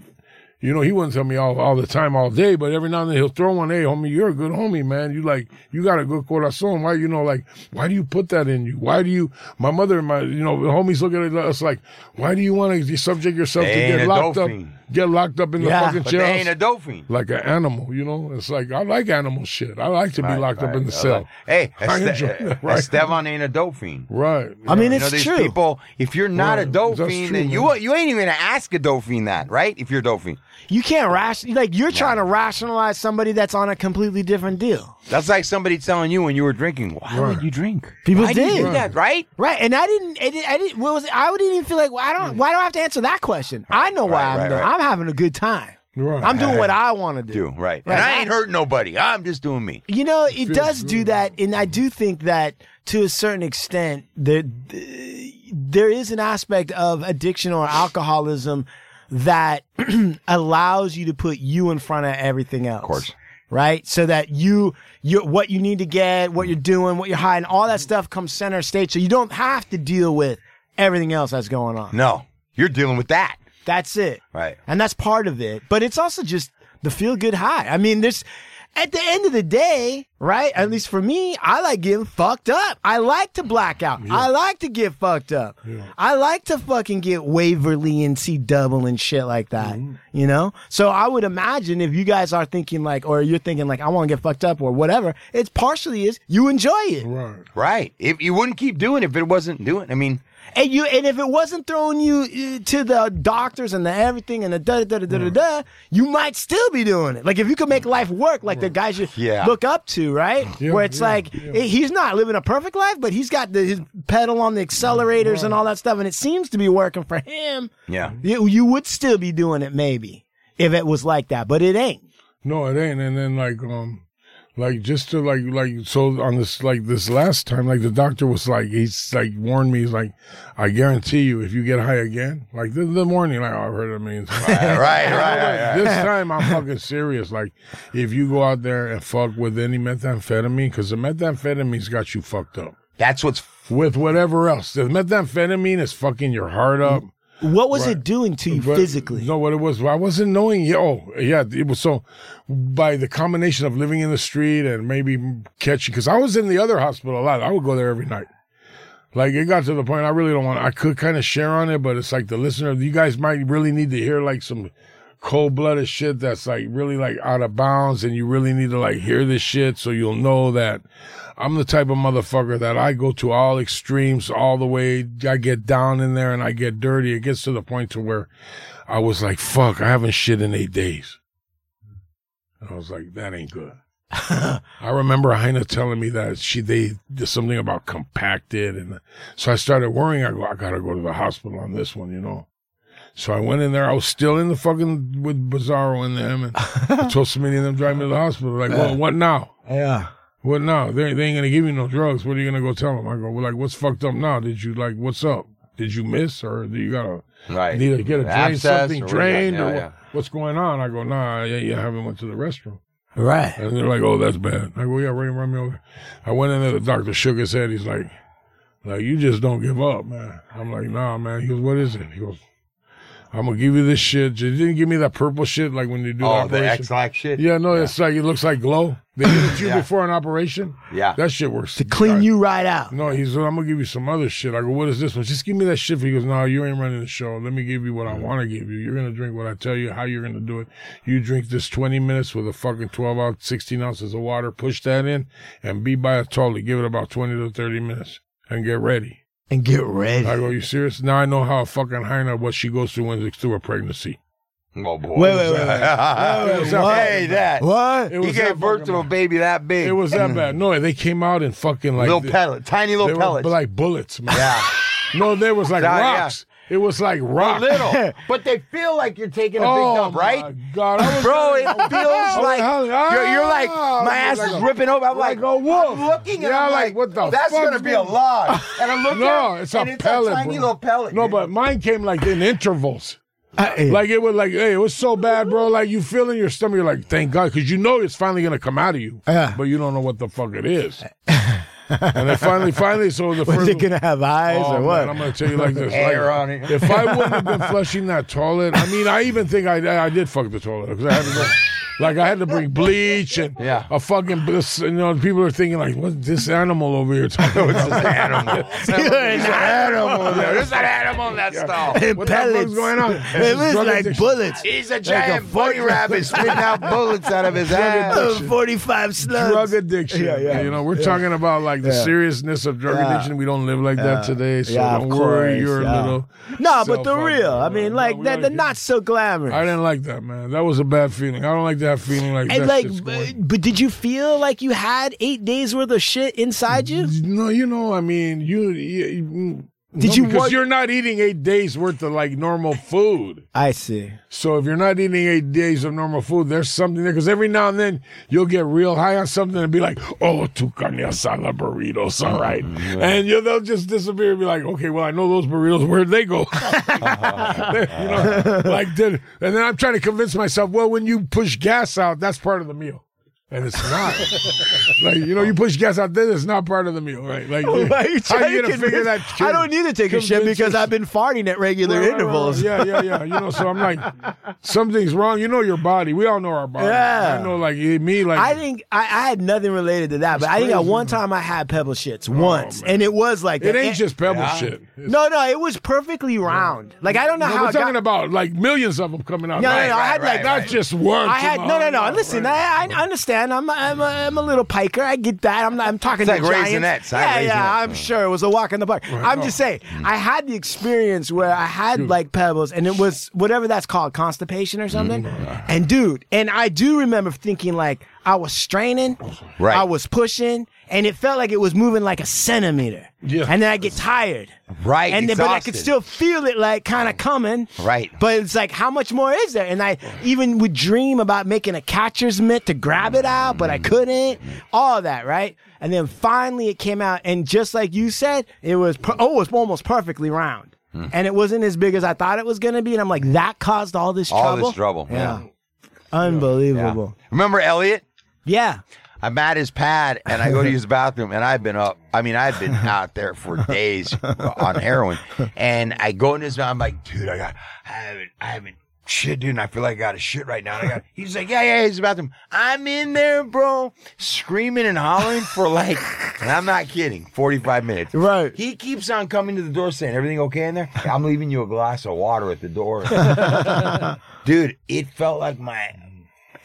you know, he wouldn't tell me all, all the time, all day, but every now and then he'll throw one, hey, homie, you're a good homie, man. You like, you got a good corazon. Why, you know, like, why do you put that in you? Why do you, my mother and my, you know, the homies look at us like, why do you want to subject yourself
They
to
ain't
get
a
locked
dolphin.
up, get locked up in
Yeah.
the fucking
But
jail?
they ain't a dolphin.
like an animal, you know? It's like, I like animal shit. I like to be
Right,
locked up
right.
in the
I
cell.
like- Hey,
I
Este-
enjoy
uh,
that, right?
Esteban ain't a dolphin.
Right.
I mean,
You know,
it's
these
true.
people, if you're not
Right.
a
That's
dolphin,
true,
then you
man.
you ain't even gonna ask a dolphin that, right? If you're a dolphin.
You can't ration like you're trying to rationalize somebody that's on a completely different deal.
That's like somebody telling you when you were drinking, why
Right.
would you drink?
People
Why do
did.
you do that, right?
Right, and I didn't. I didn't. I didn't what was it? I didn't even feel like. well, I don't. Why do I have to answer that question? I know why
Mm. right,
I'm
right,
there.
right.
I'm having a good time.
Right.
I'm doing what I want to do.
do right. And I ain't hurting nobody. I'm just doing me.
You know, it
feels
does do
good.
that, and I do think that to a certain extent, there there is an aspect of addiction or alcoholism that allows you to put you in front of everything else. Of
course.
Right, so that you, you, what you need to get, what you're doing, what you're hiding, all that stuff comes center stage, so you don't have to deal with everything else that's going on.
No, you're dealing with that.
That's it.
Right.
And that's part of it. But it's also just the feel good high. I mean, there's at the end of the day, right? At least for me, I like getting fucked up. I like to black out. I like to get fucked up. I like to fucking get Waverly and see double and shit like that. You know? So I would imagine if you guys are thinking like or you're thinking like I want to get fucked up or whatever, it's partially is you enjoy it.
Right.
Right. If you wouldn't keep doing it if it wasn't doing. I mean,
And you, and if it wasn't throwing you uh, to the doctors and the everything and the da da da da da da, you might still be doing it. Like if you could make life work, like the guys you
Yeah.
look up to, right?
Yeah,
Where it's
yeah,
like
yeah.
eh, he's not living a perfect life, but he's got the, his pedal on the accelerators and all that stuff, and it seems to be working for him.
yeah.
You, you would still be doing it maybe if it was like that, but it ain't.
No, it ain't. And then like um like just to like like so on this like this last time, like the doctor was like he's like warned me, he's like, I guarantee you if you get high again, like the, the morning, like "Oh, I've heard it a million times.
Right, right, right, right.
This time I'm fucking serious. Like, if you go out there and fuck with any methamphetamine, because the methamphetamine's got you fucked up.
That's what's
With whatever else, the methamphetamine is fucking your heart up.
What was it doing to you
But-
physically?
No, what it was, I wasn't knowing. Oh, yeah, it was so by the combination of living in the street and maybe catching, because I was in the other hospital a lot. I would go there every night. Like it got to the point I really don't want. I could kind of share on it, but it's like the listener, you guys might really need to hear like some cold blooded shit that's like really like out of bounds, and you really need to like hear this shit so you'll know that I'm the type of motherfucker that I go to all extremes, all the way. I get down in there and I get dirty. It gets to the point to where I was like, fuck, I haven't shit in eight days. And I was like, that ain't good. I remember Heina telling me that she they did something about compacted, and so I started worrying. I go, I gotta go to the hospital on this one, you know. So I went in there. I was still in the fucking with Bizarro and them, and I told somebody and them drive me to the hospital. Like, well, what now?
Yeah.
What now? They, they ain't gonna give you no drugs. What are you gonna go tell them? I go, well, like, what's fucked up now? Did you like, what's up? Did you miss or do you gotta
right.
need to get a drain,
Abscess
something
or what-
drained
yeah,
or what,
yeah.
what's going on? I go, nah, yeah, yeah, I haven't went to the restroom.
Right.
And they're like, oh, that's bad. I go, yeah, Ray, run me over. I went in there. The doctor shook his head. He's like, like you just don't give up, man. I'm like, nah, man. He goes, what is it? He goes, I'm gonna give you this shit. You didn't give me that purple shit like when you do
Oh,
the
the
operation.
X like shit.
yeah, no, it's like it looks like glow. They give it to you
Yeah.
before an operation.
Yeah.
that shit works
To clean you right out.
no, he's I'm gonna give you some other shit. I go, what is this one? Just give me that shit. He goes, no, you ain't running the show. Let me give you what I want to give you. You're gonna drink what I tell you. How you're gonna do it? You drink this 20 minutes with a fucking 12 ounce, 16 ounces of water. Push that in and be by a toilet. Give it about 20 to 30 minutes and get ready.
And get ready.
I go, you serious? Now I know how fucking Heina what she goes through when it's through a pregnancy.
Oh boy.
Wait, wait, wait, wait.
hey, that.
What?
It
He
was
gave
that
birth
fucking
to a
bad.
baby that big.
It was that bad. No, they came out and fucking like
little
they-
pellet, tiny
they
little
were
pellets.
like bullets, man.
yeah.
No, they was like
Yeah, yeah.
rocks. It was like rocks.
little, but they feel like you're taking a big dump,
Oh, my
right?
God, Oh, I was
Bro, it feels
I was
like you're, you're like
"Ah!"
my ass
Oh, Like
is
a-
ripping over. I'm
like
like,
a wolf.
I'm looking at
Yeah,
I'm
like,
like,
what the
That's
fuck
gonna
is
be a
going-
log. And I'm looking
No,
at it,
it's a
and it's
pellet,
a tiny
bro.
little pellet.
No,
dude.
but mine came like in intervals. Like it was like, hey, it was so bad, bro. Like you feel in your stomach, you're like, thank God, because you know it's finally gonna come out of you,
Yeah.
but you don't know what the fuck it is. and then finally, finally, so the
Was
first
it gonna have eyes
Oh,
or
man,
what?
I'm gonna tell you like this.
Hair
like,
on it.
If I wouldn't have been flushing that toilet, I mean, I even think I I did fuck the toilet 'cause I had to go. Like I had to bring bleach and
Yeah.
a fucking this, you know people are thinking like what's this animal over here talking
it's
about?
an animal. It's an animal. there. It's an animal that's stall.
What the fuck's going on?
It was
Drug
like
addiction.
bullets.
He's a giant bunny rabbit spitting out bullets out of his ass.
Uh, 45 slugs.
drug addiction.
Yeah, yeah.
You know, we're talking about like the seriousness of drug
Yeah.
addiction. We don't live like that today, so
Yeah, of
don't worry.
course,
You're
yeah.
a little.
No, but the
Self-harm.
real. I mean,
No,
like,
we
they're,
gotta
they're
get-
not so glamorous.
I didn't like that, man. That was a bad feeling. I don't like that feeling. Like
and
that
like,
shit's going-
but, but did you feel like you
Mm-hmm.
had eight days worth of shit inside you?
No, you know, I mean, you, you
Did
No,
you
Because
work?
you're not eating eight days worth of like normal food.
I see.
So if you're not eating eight days of normal food, there's something there. Because every now and then you'll get real high on something and be like, "Oh, two carne asada burritos, all right."
Mm-hmm.
and you, they'll just disappear and be like, "Okay, well, I know those burritos. Where'd they go?" you know, like then, and then I'm trying to convince myself, well, when you push gas out, that's part of the meal. And it's not. like, you know, you push gas out, then it's not part of the meal, right? Like,
Why are you
how
trying
you
to
gonna figure
convince-
that?
I don't need to take a shit
convince
because
yourself?
I've been farting at regular
Right, right,
intervals.
right, right. Yeah, yeah, yeah. You know, so I'm like, something's wrong. You know your body. We all know our body.
Yeah.
I know, like eh, me, like
I think I, I had nothing related to that, but I think at
crazy, Oh,
one time I had pebble shits once, and it was like
it
that.
ain't
And-
just pebble shit.
No, no, it was perfectly round. Like I don't know
No,
how
we're
it
talking
got.
about like millions of them coming out.
No, no,
Right,
no, I
right,
had, like-
right, not just one.
I had
come
no, no,
on,
no.
no,
Listen,
right.
I, I understand. I'm, I'm, a, I'm a little piker. I get that. I'm, not, I'm talking
It's
to
like
giants.
raisinettes. I
Yeah, yeah.
raisinette.
I'm sure it was a walk in the park. I'm just saying.
Mm.
I had the experience where I had like pebbles, and it was whatever that's called, constipation or something.
Mm-hmm. Uh-huh.
And dude, and I do remember thinking like I was straining,
Right.
I was pushing, and it felt like it was moving like a centimeter.
Yeah.
And then I get tired.
Right,
And then, but I could
exhausted.
still feel it like kind of coming.
Right.
But it's like, how much more is there? And I even would dream about making a catcher's mitt to grab it out, but I couldn't. All that, right? And then finally it came out, and just like you said, it was per- oh, it was almost perfectly round, and it wasn't as big as I thought it was gonna be. And I'm like, that caused all this
All
trouble.
this trouble.
Yeah.
Yeah. yeah.
Unbelievable.
Remember Elliot?
Yeah.
I'm at his pad and I go to use the bathroom and I've been up. I mean, I've been out there for days on heroin. And I go in his I'm like, dude, I got, I haven't, I haven't shit, dude. And I feel like I got a shit right now. And I got, he's like, yeah, yeah, he's in the bathroom. I'm in there, bro, screaming and hollering for like, and I'm not kidding, 45 minutes.
Right.
He keeps on coming to the door saying, everything okay in there? I'm leaving you a glass of water at the door. dude, it felt like my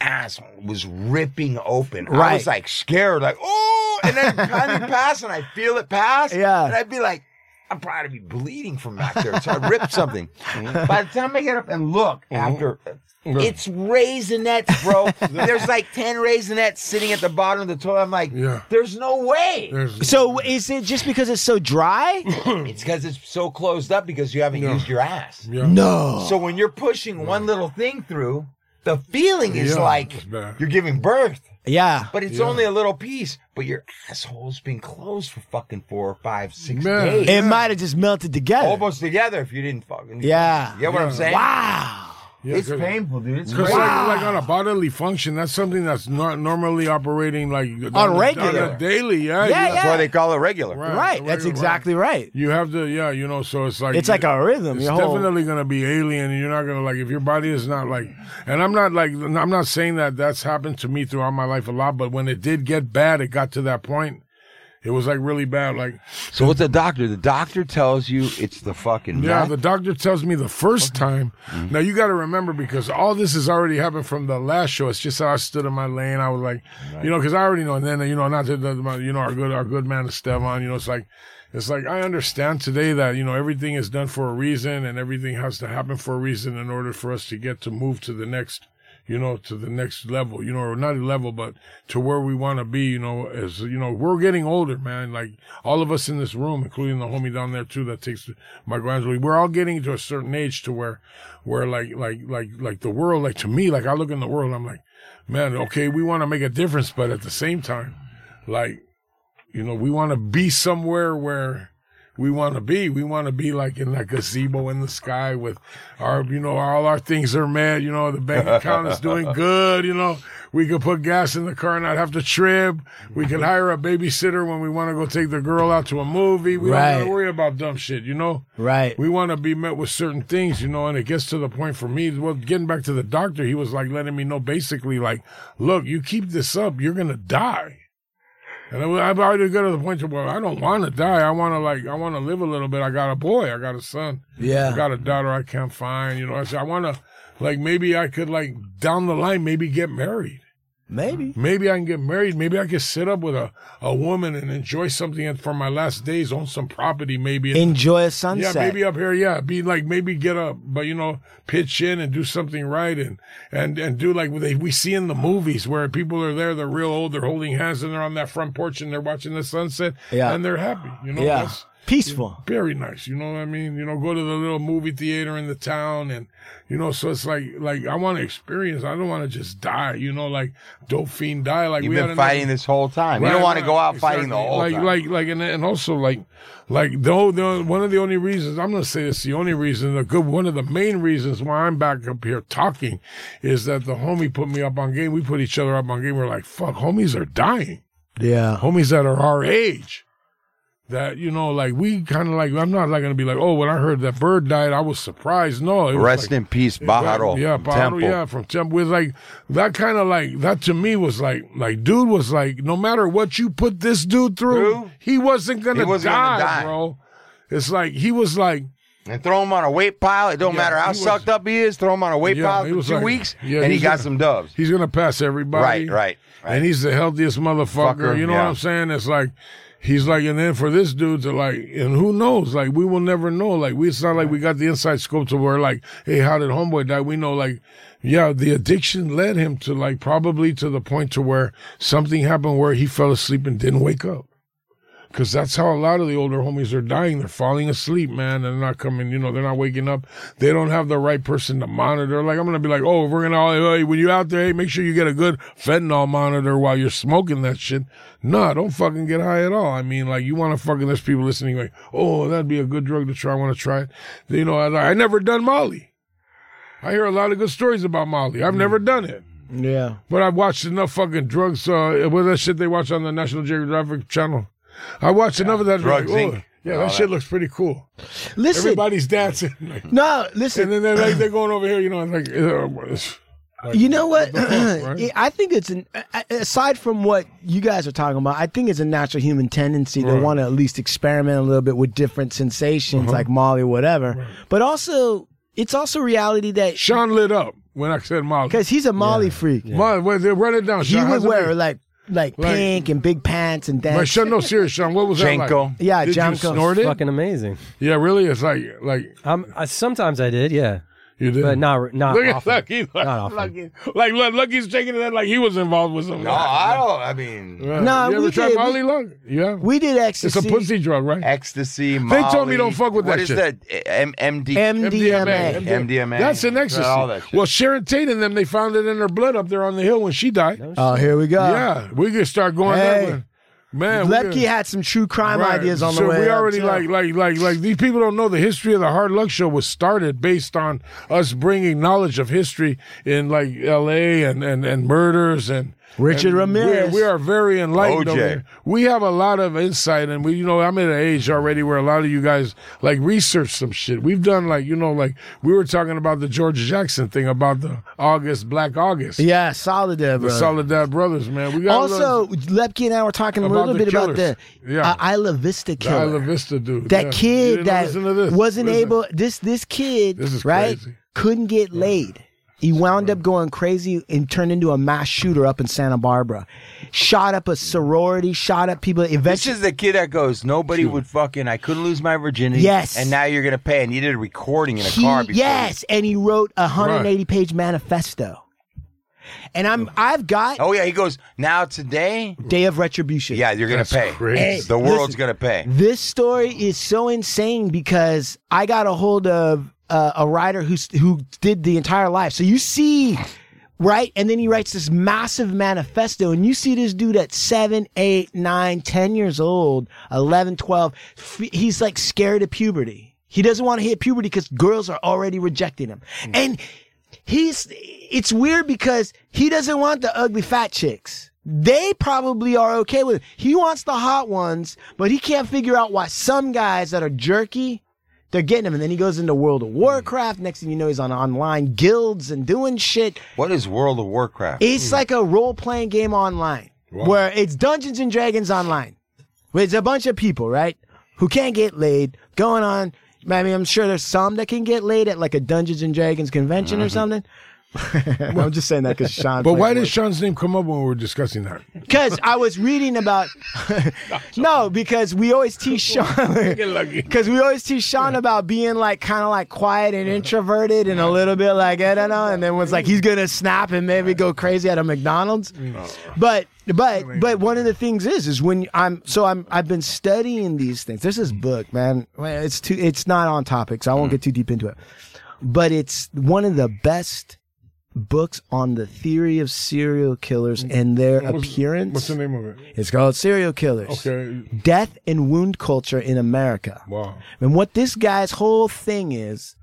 ass was ripping open. I
Right.
was like scared, like oh, and then kind of pass, and I feel it pass.
Yeah.
and I'd be like, I'm probably be bleeding from back there, so I ripped something.
Mm-hmm.
By the time I get up and look after. It's raisinettes, bro. There's like 10 raisinettes sitting at the bottom of the toilet. I'm like,
Yeah.
there's no way.
There's-
So is it just because it's so dry?
It's because it's so closed up because you haven't used your ass.
yeah.
no.
So when you're pushing one little thing through, the feeling is
Yeah,
like
it's bad.
you're giving birth,
Yeah.
but it's only a little piece. But your asshole's been closed for fucking four, five, six
Man.
days,
It might have just melted together.
almost together if you didn't fucking.
Yeah.
you know what I'm saying?
Wow.
Yeah,
It's
'cause-
painful, dude. It's
Because
crazy.
like, like on a bodily function, that's something that's not normally operating like on, a- on
regular.
a daily. Yeah,
Yeah,
you-
yeah.
call it regular.
Right. That's exactly right.
You have to, yeah, you know. So it's like
It's like a rhythm.
It's
your whole-
definitely gonna be alien, and you're not gonna like if your body is not like. And I'm not like I'm not saying that that's happened to me throughout my life a lot, but when it did get bad, it got to that point. It was like really bad. Like
So what's the doctor? The doctor tells you it's the fucking
yeah,
nut.
the doctor tells me the first time. Now you got to remember because all this has already happened from the last show. It's just how I stood in my lane. I was like, you know, because I already know. And then you know, not to you know our good our good man Esteban. You know, it's like. It's like I understand today that you know everything is done for a reason and everything has to happen for a reason in order for us to get to move to the next you know, to the next level, you know, or not a level, but to where we want to be, you know, as, you know, we're getting older, man. Like all of us in this room, including the homie down there too, that takes my grandson, we're all getting to a certain age to where, where like, like, like, like the world, like to me, like I look in the world, I'm like, man, okay, we want to make a difference, but at the same time, like, you know, we want to be somewhere where we want to be. We want to be like in that gazebo in the sky with our, you know, all our things are met. You know, the bank account is doing good. You know, we could put gas in the car and not have to trip. We could hire a babysitter when we want to go take the girl out to a movie. We don't got
Right.
to worry about dumb shit, you know?
Right.
We want to be met with certain things, you know, and it gets to the point for me. Well, getting back to the doctor, he was like letting me know basically, like, look, you keep this up, you're going to die. And I- I've already got to the point to where I don't want to die. I want to like I want to live a little bit. I got a boy. I got a son.
Yeah.
I got a daughter. I can't find. You know. I said I want to like maybe I could like down the line maybe get married.
Maybe.
Maybe I can get married. Maybe I could sit up with a, a woman and enjoy something and for my last days. Own some property. Maybe
Enjoy a sunset.
yeah, maybe up here, yeah, be like maybe get up, but you know, pitch in and do something right, and and and do like they, we see in the movies where people are there, they're real old, they're holding hands, and they're on that front porch and they're watching the sunset,
Yeah.
and they're happy, you know.
Yeah.
That's,
Peaceful.
very nice. You know what I mean? You know, go to the little movie theater in the town and, you know, so it's like, like I want to experience. I don't want to just die, you know, like dope fiend die. Like
You've
we had
been
another-
fighting this whole time. you don't
Right,
want to
right,
go out fighting the
exactly.
whole
like,
time.
Like, like, and, and also like, like the, whole- the one of the only reasons I'm gonna say it's the only reason, the good one of the main reasons why I'm back up here talking, is that the homie put me up on game. We put each other up on game. We're like, fuck, homies are dying.
Yeah.
Homies that are our age. That you know, like we kind of like I'm not like gonna be like, oh, when I heard that bird died, I was surprised. No, it was
Rest
like-
in peace,
Exactly.
Baharo.
Yeah,
from
Baharo,
Temple.
yeah, from Temple. With like that kind of like that to me was like like dude was like no matter what you put this dude through,
Through?
he wasn't gonna,
He wasn't
die,
gonna die.
bro. It's like he was like
And throw him on a weight pile. It don't
Yeah,
matter how
he was-
sucked up he is. Throw him on a weight
Yeah,
pile
he
for
was
two
like-
weeks,
yeah,
and he
he's
got
gonna-
some dubs.
he's gonna pass everybody.
Right, right, right.
And he's the healthiest motherfucker.
Fucker,
you know
yeah.
what I'm saying? It's like he's like, and then for this dude to like, and who knows? Like we will never know. Like we, it's not like we got the inside scope to where like, hey, how did homeboy die? We know like, yeah, the addiction led him to like probably to the point to where something happened where he fell asleep and didn't wake up. Cause that's how a lot of the older homies are dying. They're falling asleep, man. They're not coming, you know, they're not waking up. They don't have the right person to monitor. Like, I'm going to be like, oh, we're going to all, hey, when you're out there, hey, make sure you get a good fentanyl monitor while you're smoking that shit. Nah, don't fucking get high at all. I mean, like, you want to fucking, there's people listening like, oh, that'd be a good drug to try. I want to try it. You know, I, I never done Molly. I hear a lot of good stories about Molly. I've never done it.
Yeah.
But I watched enough fucking drugs. Uh, what that shit they watch on the National Geographic Channel? I watched enough of that.
Drugs,
like,
Inc.
oh, yeah,
All
that
that.
shit looks pretty cool.
Listen.
Everybody's dancing, like,
no,
and
listen.
then they're like they're going over here, you know, and like uh,
You know what?
right?
I think it's an a- a- aside from what you guys are talking about. I think it's a natural human tendency to want to at least experiment a little bit with different sensations,
Uh-huh.
like Molly, whatever. But also, it's also reality that
Sean lit up when I said Molly.
because he's a Molly freak,
Molly, wait, they run it down.
he
Sean, how's
would
it
wear
been?
like like,
Like-
pink and big pants and
But
dance.
Sean, no, serious, Sean. What was that like?
Jenko.
yeah,
Did you
Jonko.
snort it?
Fucking amazing.
Yeah, really. It's like like
Um, uh, sometimes I did, yeah,
you did.
but not not
Look at
often.
Lucky. Like,
Not often.
Lucky, like look, Lucky's taking it like he was involved with something.
No, Oh, I don't. I mean,
Yeah.
Nah,
you ever
we
tried
did-
Molly Luck? Yeah.
We did
It's
ecstasy.
a pussy drug, right? They
ecstasy.
told me
Molly.
don't fuck with
What
that
is
shit.
that? M- MD.
MDMA.
MDMA.
That's an ecstasy.
All that shit.
Well, Sharon Tate and them, they found it in her blood up there on the hill when she died.
Oh, here we go.
yeah, we could start going
Hey.
that way. Man, we
Lepke
could-
had some true crime
Right.
ideas on
so
the way.
we
up,
already
too.
like like like like these people don't know the history of the Hard Luck Show was started based on us bringing knowledge of history in like L.A. and and and murders and
Richard
and
Ramirez.
We are, we are very enlightened.
OJ.
Over here. We have a lot of insight, and we you know I'm at an age already where a lot of you guys like research some shit. We've done like you know like we were talking about the George Jackson thing about the August Black August.
yeah, solid there,
The
bro.
Soledad Brothers, man. We got
Also, Lepke and I were talking a
About
little
the
bit about the
killers. Yeah.
uh, Isla Vista
the Isla
killer.
Vista dude.
that
yeah. You
kid
didn't
that
listen to this.
wasn't
Listen.
able this this kid
This is
right
crazy.
couldn't get laid. He wound up going crazy and turned into a mass shooter up in Santa Barbara. Shot up a sorority, shot up people.
This
Eventually,
is the kid that goes, nobody would fucking, I couldn't lose my virginity.
Yes.
And now you're going to pay. And you did a recording in a
he,
car. before
yes, and he wrote a 180 page manifesto. And I'm I've got
you- Oh, yeah. He goes, now today,
Day of Retribution.
yeah, you're going
That's
to pay.
crazy. Hey,
the world's
listen.
going to pay.
This story is so insane because I got a hold of uh, a writer who's, who did the entire life. So you see, right? And then he writes this massive manifesto, and you see this dude at seven, eight, nine, ten years old, 11, 12. F- he's like scared of puberty. He doesn't want to hit puberty because girls are already rejecting him. And he's, it's weird because he doesn't want the ugly fat chicks. They probably are okay with it. He wants the hot ones, but he can't figure out why some guys that are jerky, they're getting him. And then he goes into World of Warcraft. Next thing you know, he's on online guilds and doing shit.
What is World of Warcraft?
It's
Hmm.
like a role playing game online where it's Dungeons and Dragons online. Where it's a bunch of people, right? Who can't get laid, going on. I mean, I'm sure there's some that can get laid at like a Dungeons and Dragons convention or something.
I'm just saying that because Sean.
Mm-hmm. But
played
why
for
did
it.
Sean's name come up when we were discussing that?
Because I was reading about. no, because we always teach Sean.
Get lucky.
Because we always teach Sean about being like kind of like quiet and introverted and a little bit like, I don't know. And then was like, he's going to snap and maybe go crazy at a McDonald's. But. But but one of the things is is when I'm so I'm I've been studying these things. There's this book, man. Well, It's too it's not on topic, so I
Mm.
won't get too deep into it. But it's one of the best books on the theory of serial killers and their appearance.
Mm. What's the name of it?
It's called Serial Killers.
Okay.
Death and Wound Culture in America.
Wow.
And what this guy's whole thing is,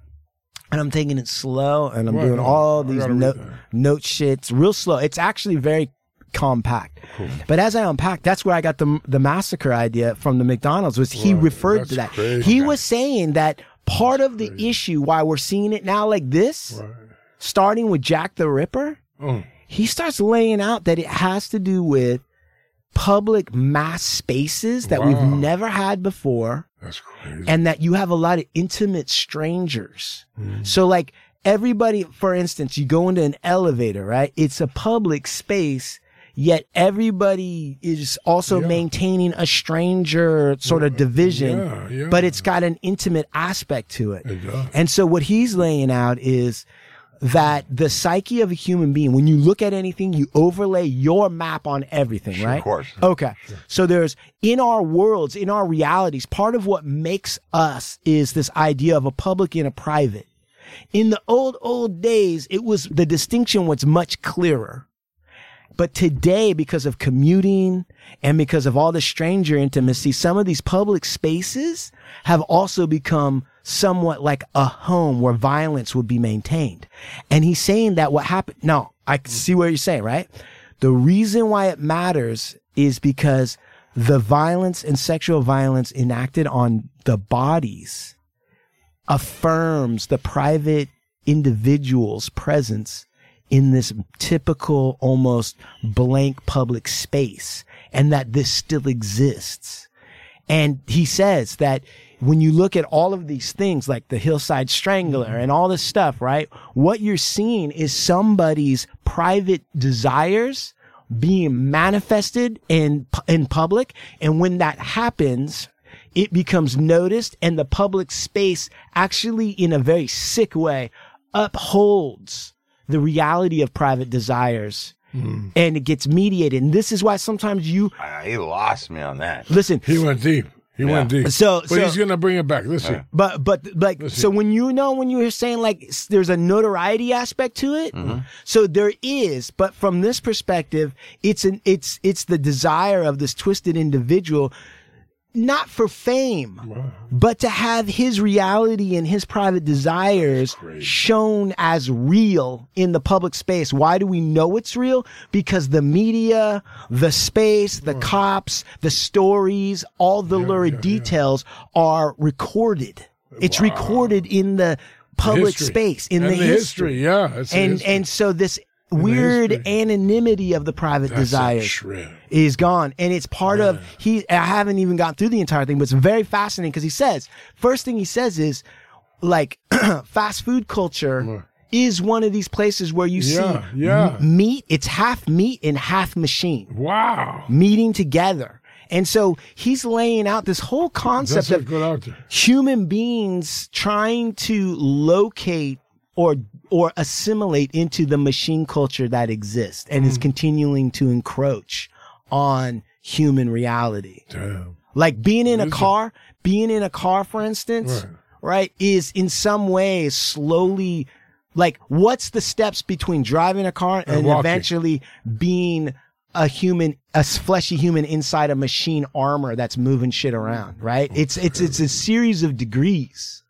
and I'm taking it slow and I'm
Right
doing
on.
all
I
these
gotta read
note,
that.
note shits real slow. It's actually very compact. But as I unpack, that's where I got the the massacre idea from the McDonald's was he
Wow,
referred to that.
that's crazy.
He was saying that part of the issue why we're seeing it now like this,
Right.
starting with Jack the Ripper,
Mm.
he starts laying out that it has to do with public mass spaces that
Wow.
we've never had before
That's crazy.
and that you have a lot of intimate strangers.
Mm-hmm.
So like everybody, for instance, you go into an elevator, right? It's a public space. Yet everybody is also maintaining a stranger sort of division,
Yeah, yeah.
but it's got an intimate aspect to it.
It does.
And so what he's laying out is that the psyche of a human being, when you look at anything, you overlay your map on everything, right?
Of course.
Okay. So there's in our worlds, in our realities, part of what makes us is this idea of a public and a private. In the old, old days, it was the distinction was much clearer. But today, because of commuting and because of all the stranger intimacy, some of these public spaces have also become somewhat like a home where violence would be maintained. And he's saying that what happened. No, I can see what you're saying, right? The reason why it matters is because the violence and sexual violence enacted on the bodies affirms the private individual's presence in this typical, almost blank public space, and that this still exists. And he says that when you look at all of these things, like the Hillside Strangler and all this stuff, right? What you're seeing is somebody's private desires being manifested in, in public. And when that happens, it becomes noticed and the public space actually in a very sick way upholds the reality of private desires and it gets mediated and this is why sometimes you
Ah, he lost me on that.
listen
He went deep. He went deep.
So-
but
so-
he's gonna bring it back. Listen.
but but like so when you know when you're saying like s- there's a notoriety aspect to it so there is but from this perspective it's an it's it's the desire of this twisted individual not for fame but to have his reality and his private desires shown as real in the public space. Why do we know it's real? Because the media, the space, the cops, the stories, all the lurid details are recorded. It's recorded in the public
History.
space, in
And
the, history.
Yeah. It's the
And
history.
and so this weird
history.
anonymity of the private
That's a
desires
shred.
is gone and it's part of he i haven't even gotten through the entire thing but it's very fascinating because he says first thing he says is like fast food culture is one of these places where you
Yeah,
see
yeah.
m- meat it's half meat and half machine
Wow.
meeting together and so he's laying out this whole concept
That's a
of
good out there.
human beings trying to locate or or assimilate into the machine culture that exists and is continuing to encroach on human reality.
Damn.
Like being in a
Listen.
car, being in a car, for instance,
Right.
right, is in some ways slowly like what's the steps between driving a car and,
walking.
eventually being a human, a fleshy human inside a machine armor that's moving shit around, right? It's it's it's a series of degrees,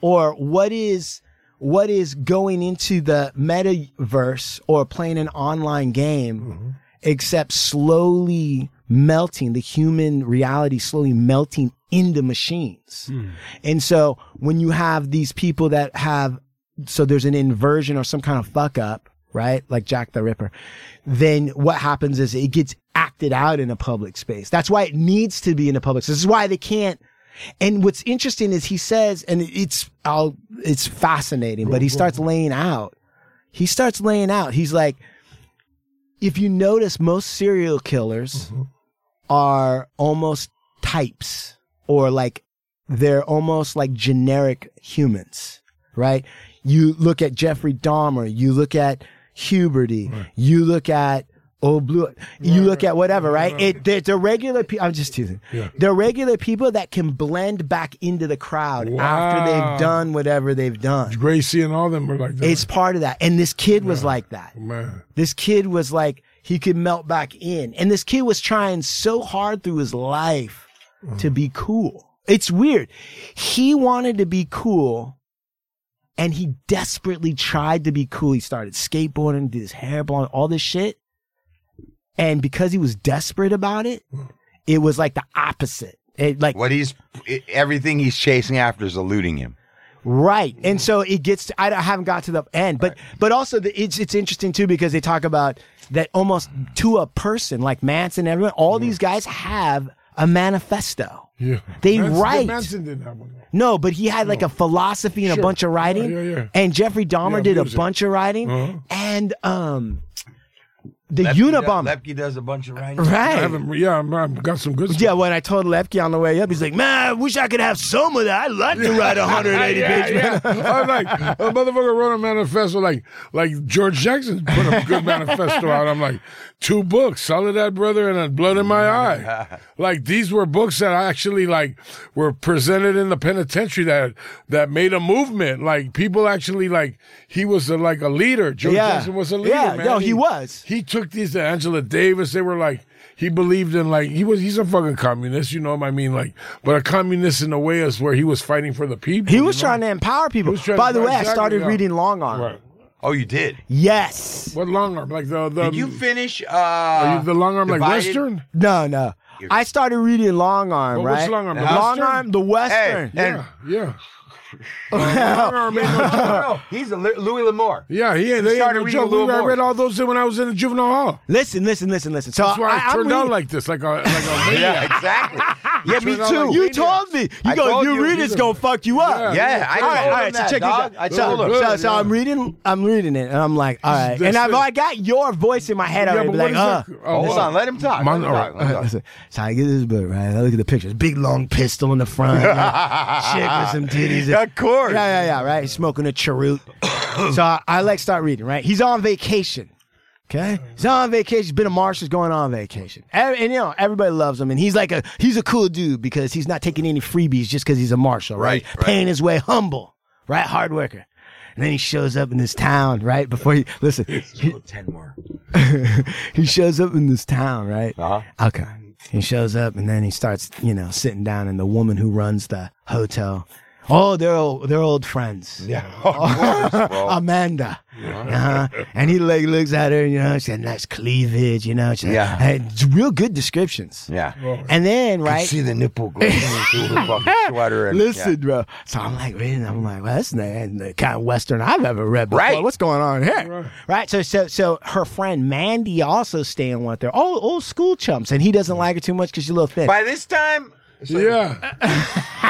or what is what is going into the metaverse or playing an online game except slowly melting the human reality slowly melting into machines and so when you have these people that have so there's an inversion or some kind of fuck up right like jack the ripper then what happens is it gets acted out in a public space that's why it needs to be in a public space this is why they can't and what's interesting is he says and it's I'll, it's fascinating but he starts laying out he starts laying out. He's like, if you notice, most serial killers are almost types or like they're almost like generic humans, right? You look at Jeffrey Dahmer, you look at Huberty, you look at Old Blue, you look at whatever, right? It they're, they're regular people. I'm just teasing. They're regular people that can blend back into the crowd after
Wow.
they've done whatever they've done.
Gracie and all them were like that. Oh,
It's part of that. And this kid was like that.
man.
This kid was like, he could melt back in. And this kid was trying so hard through his life to be cool. It's weird. He wanted to be cool and he desperately tried to be cool. He started skateboarding, did his hair blonde, all this shit. And because he was desperate about it, it was like the opposite. It like
What he's i- everything he's chasing after is eluding him.
Right,
Mm-hmm.
and so it gets. To, I, don't- I haven't got to the end, but but also the, it's it's interesting too because they talk about that almost to a person, like Manson, everyone. All
Mm-hmm.
these guys have a manifesto.
Yeah.
They
Manson-
write.
Manson didn't have one.
No, but he had like a philosophy and
Sure.
a bunch of writing.
Yeah, yeah, yeah.
And Jeffrey Dahmer
Yeah,
did a
music.
bunch of writing,
Uh-huh.
and um, the
Lepke
Unabomber.
Does, Lepke does a bunch of writing.
I
right.
haven't, yeah, I'm, I've got some good stuff.
Yeah, when I told Lepke on the way up, he's like, "Man, I wish I could have some of that. I'd love to write 180
yeah,
pages."
yeah. I'm like, a motherfucker wrote a manifesto like like George Jackson put a good manifesto out. I'm like, two books, Soledad Brother and a Blood in My Eye. Like these were books that actually like were presented in the penitentiary that that made a movement. Like people actually like he was a, like a leader. George
Yeah.
Jackson was a leader.
Yeah,
man.
no, he was.
He took these to Angela Davis. They were like he believed in like he was he's a fucking communist, you know what I mean? Like but a communist in a way is where he was fighting for the people.
He
you
was
know?
trying to empower
He
people.
was trying
By
to-
the way, I
exactly,
started
yeah.
reading Long Arm.
Right.
Oh, you did.
Yes.
What long arm? Like the the
Did you finish? Uh,
are you the long arm like
divided?
Western?
No, no. I started reading Long Arm,
Well, which
right?
Long Arm? The
Long
Western?
Arm, the Western.
Hey, and
Yeah, yeah. long arm ain't no joke.
no, he's a Lu- Louis L'Amour.
Yeah, he ain't, they ain't
started
no
reading
joke.
a little
We- I
more.
read all those when I was in the juvenile hall.
Listen, listen, listen, listen. So
That's why I,
I'm
turned out
reading-
like this, like a like a maniac.
Yeah, exactly. yeah, me
Turned out
too.
like
you told me. You
I
go.
told
You
you.
read it's gonna fuck you up.
Yeah, I
all
told
right, all
him
right.
that,
so check
dog.
this out.
I
so,
told him.
so,
Good,
so
yeah.
I'm reading. I'm reading it, and I'm like, all right.
That's
And I've,
it.
I got your voice in my head
Yeah,
already.
but
but
what
like,
is
uh,
that? Oh,
Hold
uh,
on, let him talk.
Mon-
let him talk, let him
All
talk.
right, listen. So I get this book, right? I look at the pictures. Big long pistol in the front. you know, Chick with some titties.
Of course.
Yeah, yeah, yeah, right? Smoking a cheroot. so I, I like start reading, right? He's on vacation. Okay? He's on vacation. He's been a marshal, he's going on vacation. And, and, you know, everybody loves him. And he's like a he's a cool dude because he's not taking any freebies just because he's a marshal, right?
Right, right.
Paying his way humble, right? Hard worker. And then he shows up in this town, right? Before he listen, he,
Ten more.
he shows up in this town, right?
Uh-huh.
Okay. He shows up and then he starts, you know, sitting down and the woman who runs the hotel. Oh, they're old, they're old friends. Yeah. Amanda. Uh-huh. And he like looks at her, you know, she had nice cleavage, you know. She
Yeah.
had real good descriptions.
Yeah.
And then, right?
See the nipple going through her fucking sweater. And,
Listen, bro. So I'm like reading. I'm like, well, that's the, the kind of western I've ever read. Before.
Right.
What's going on here? Right. So, so, so her friend Mandy also staying with her. Oh, old school chumps, and he doesn't like her too much because she's a little thin.
Yeah. By this time,
yeah.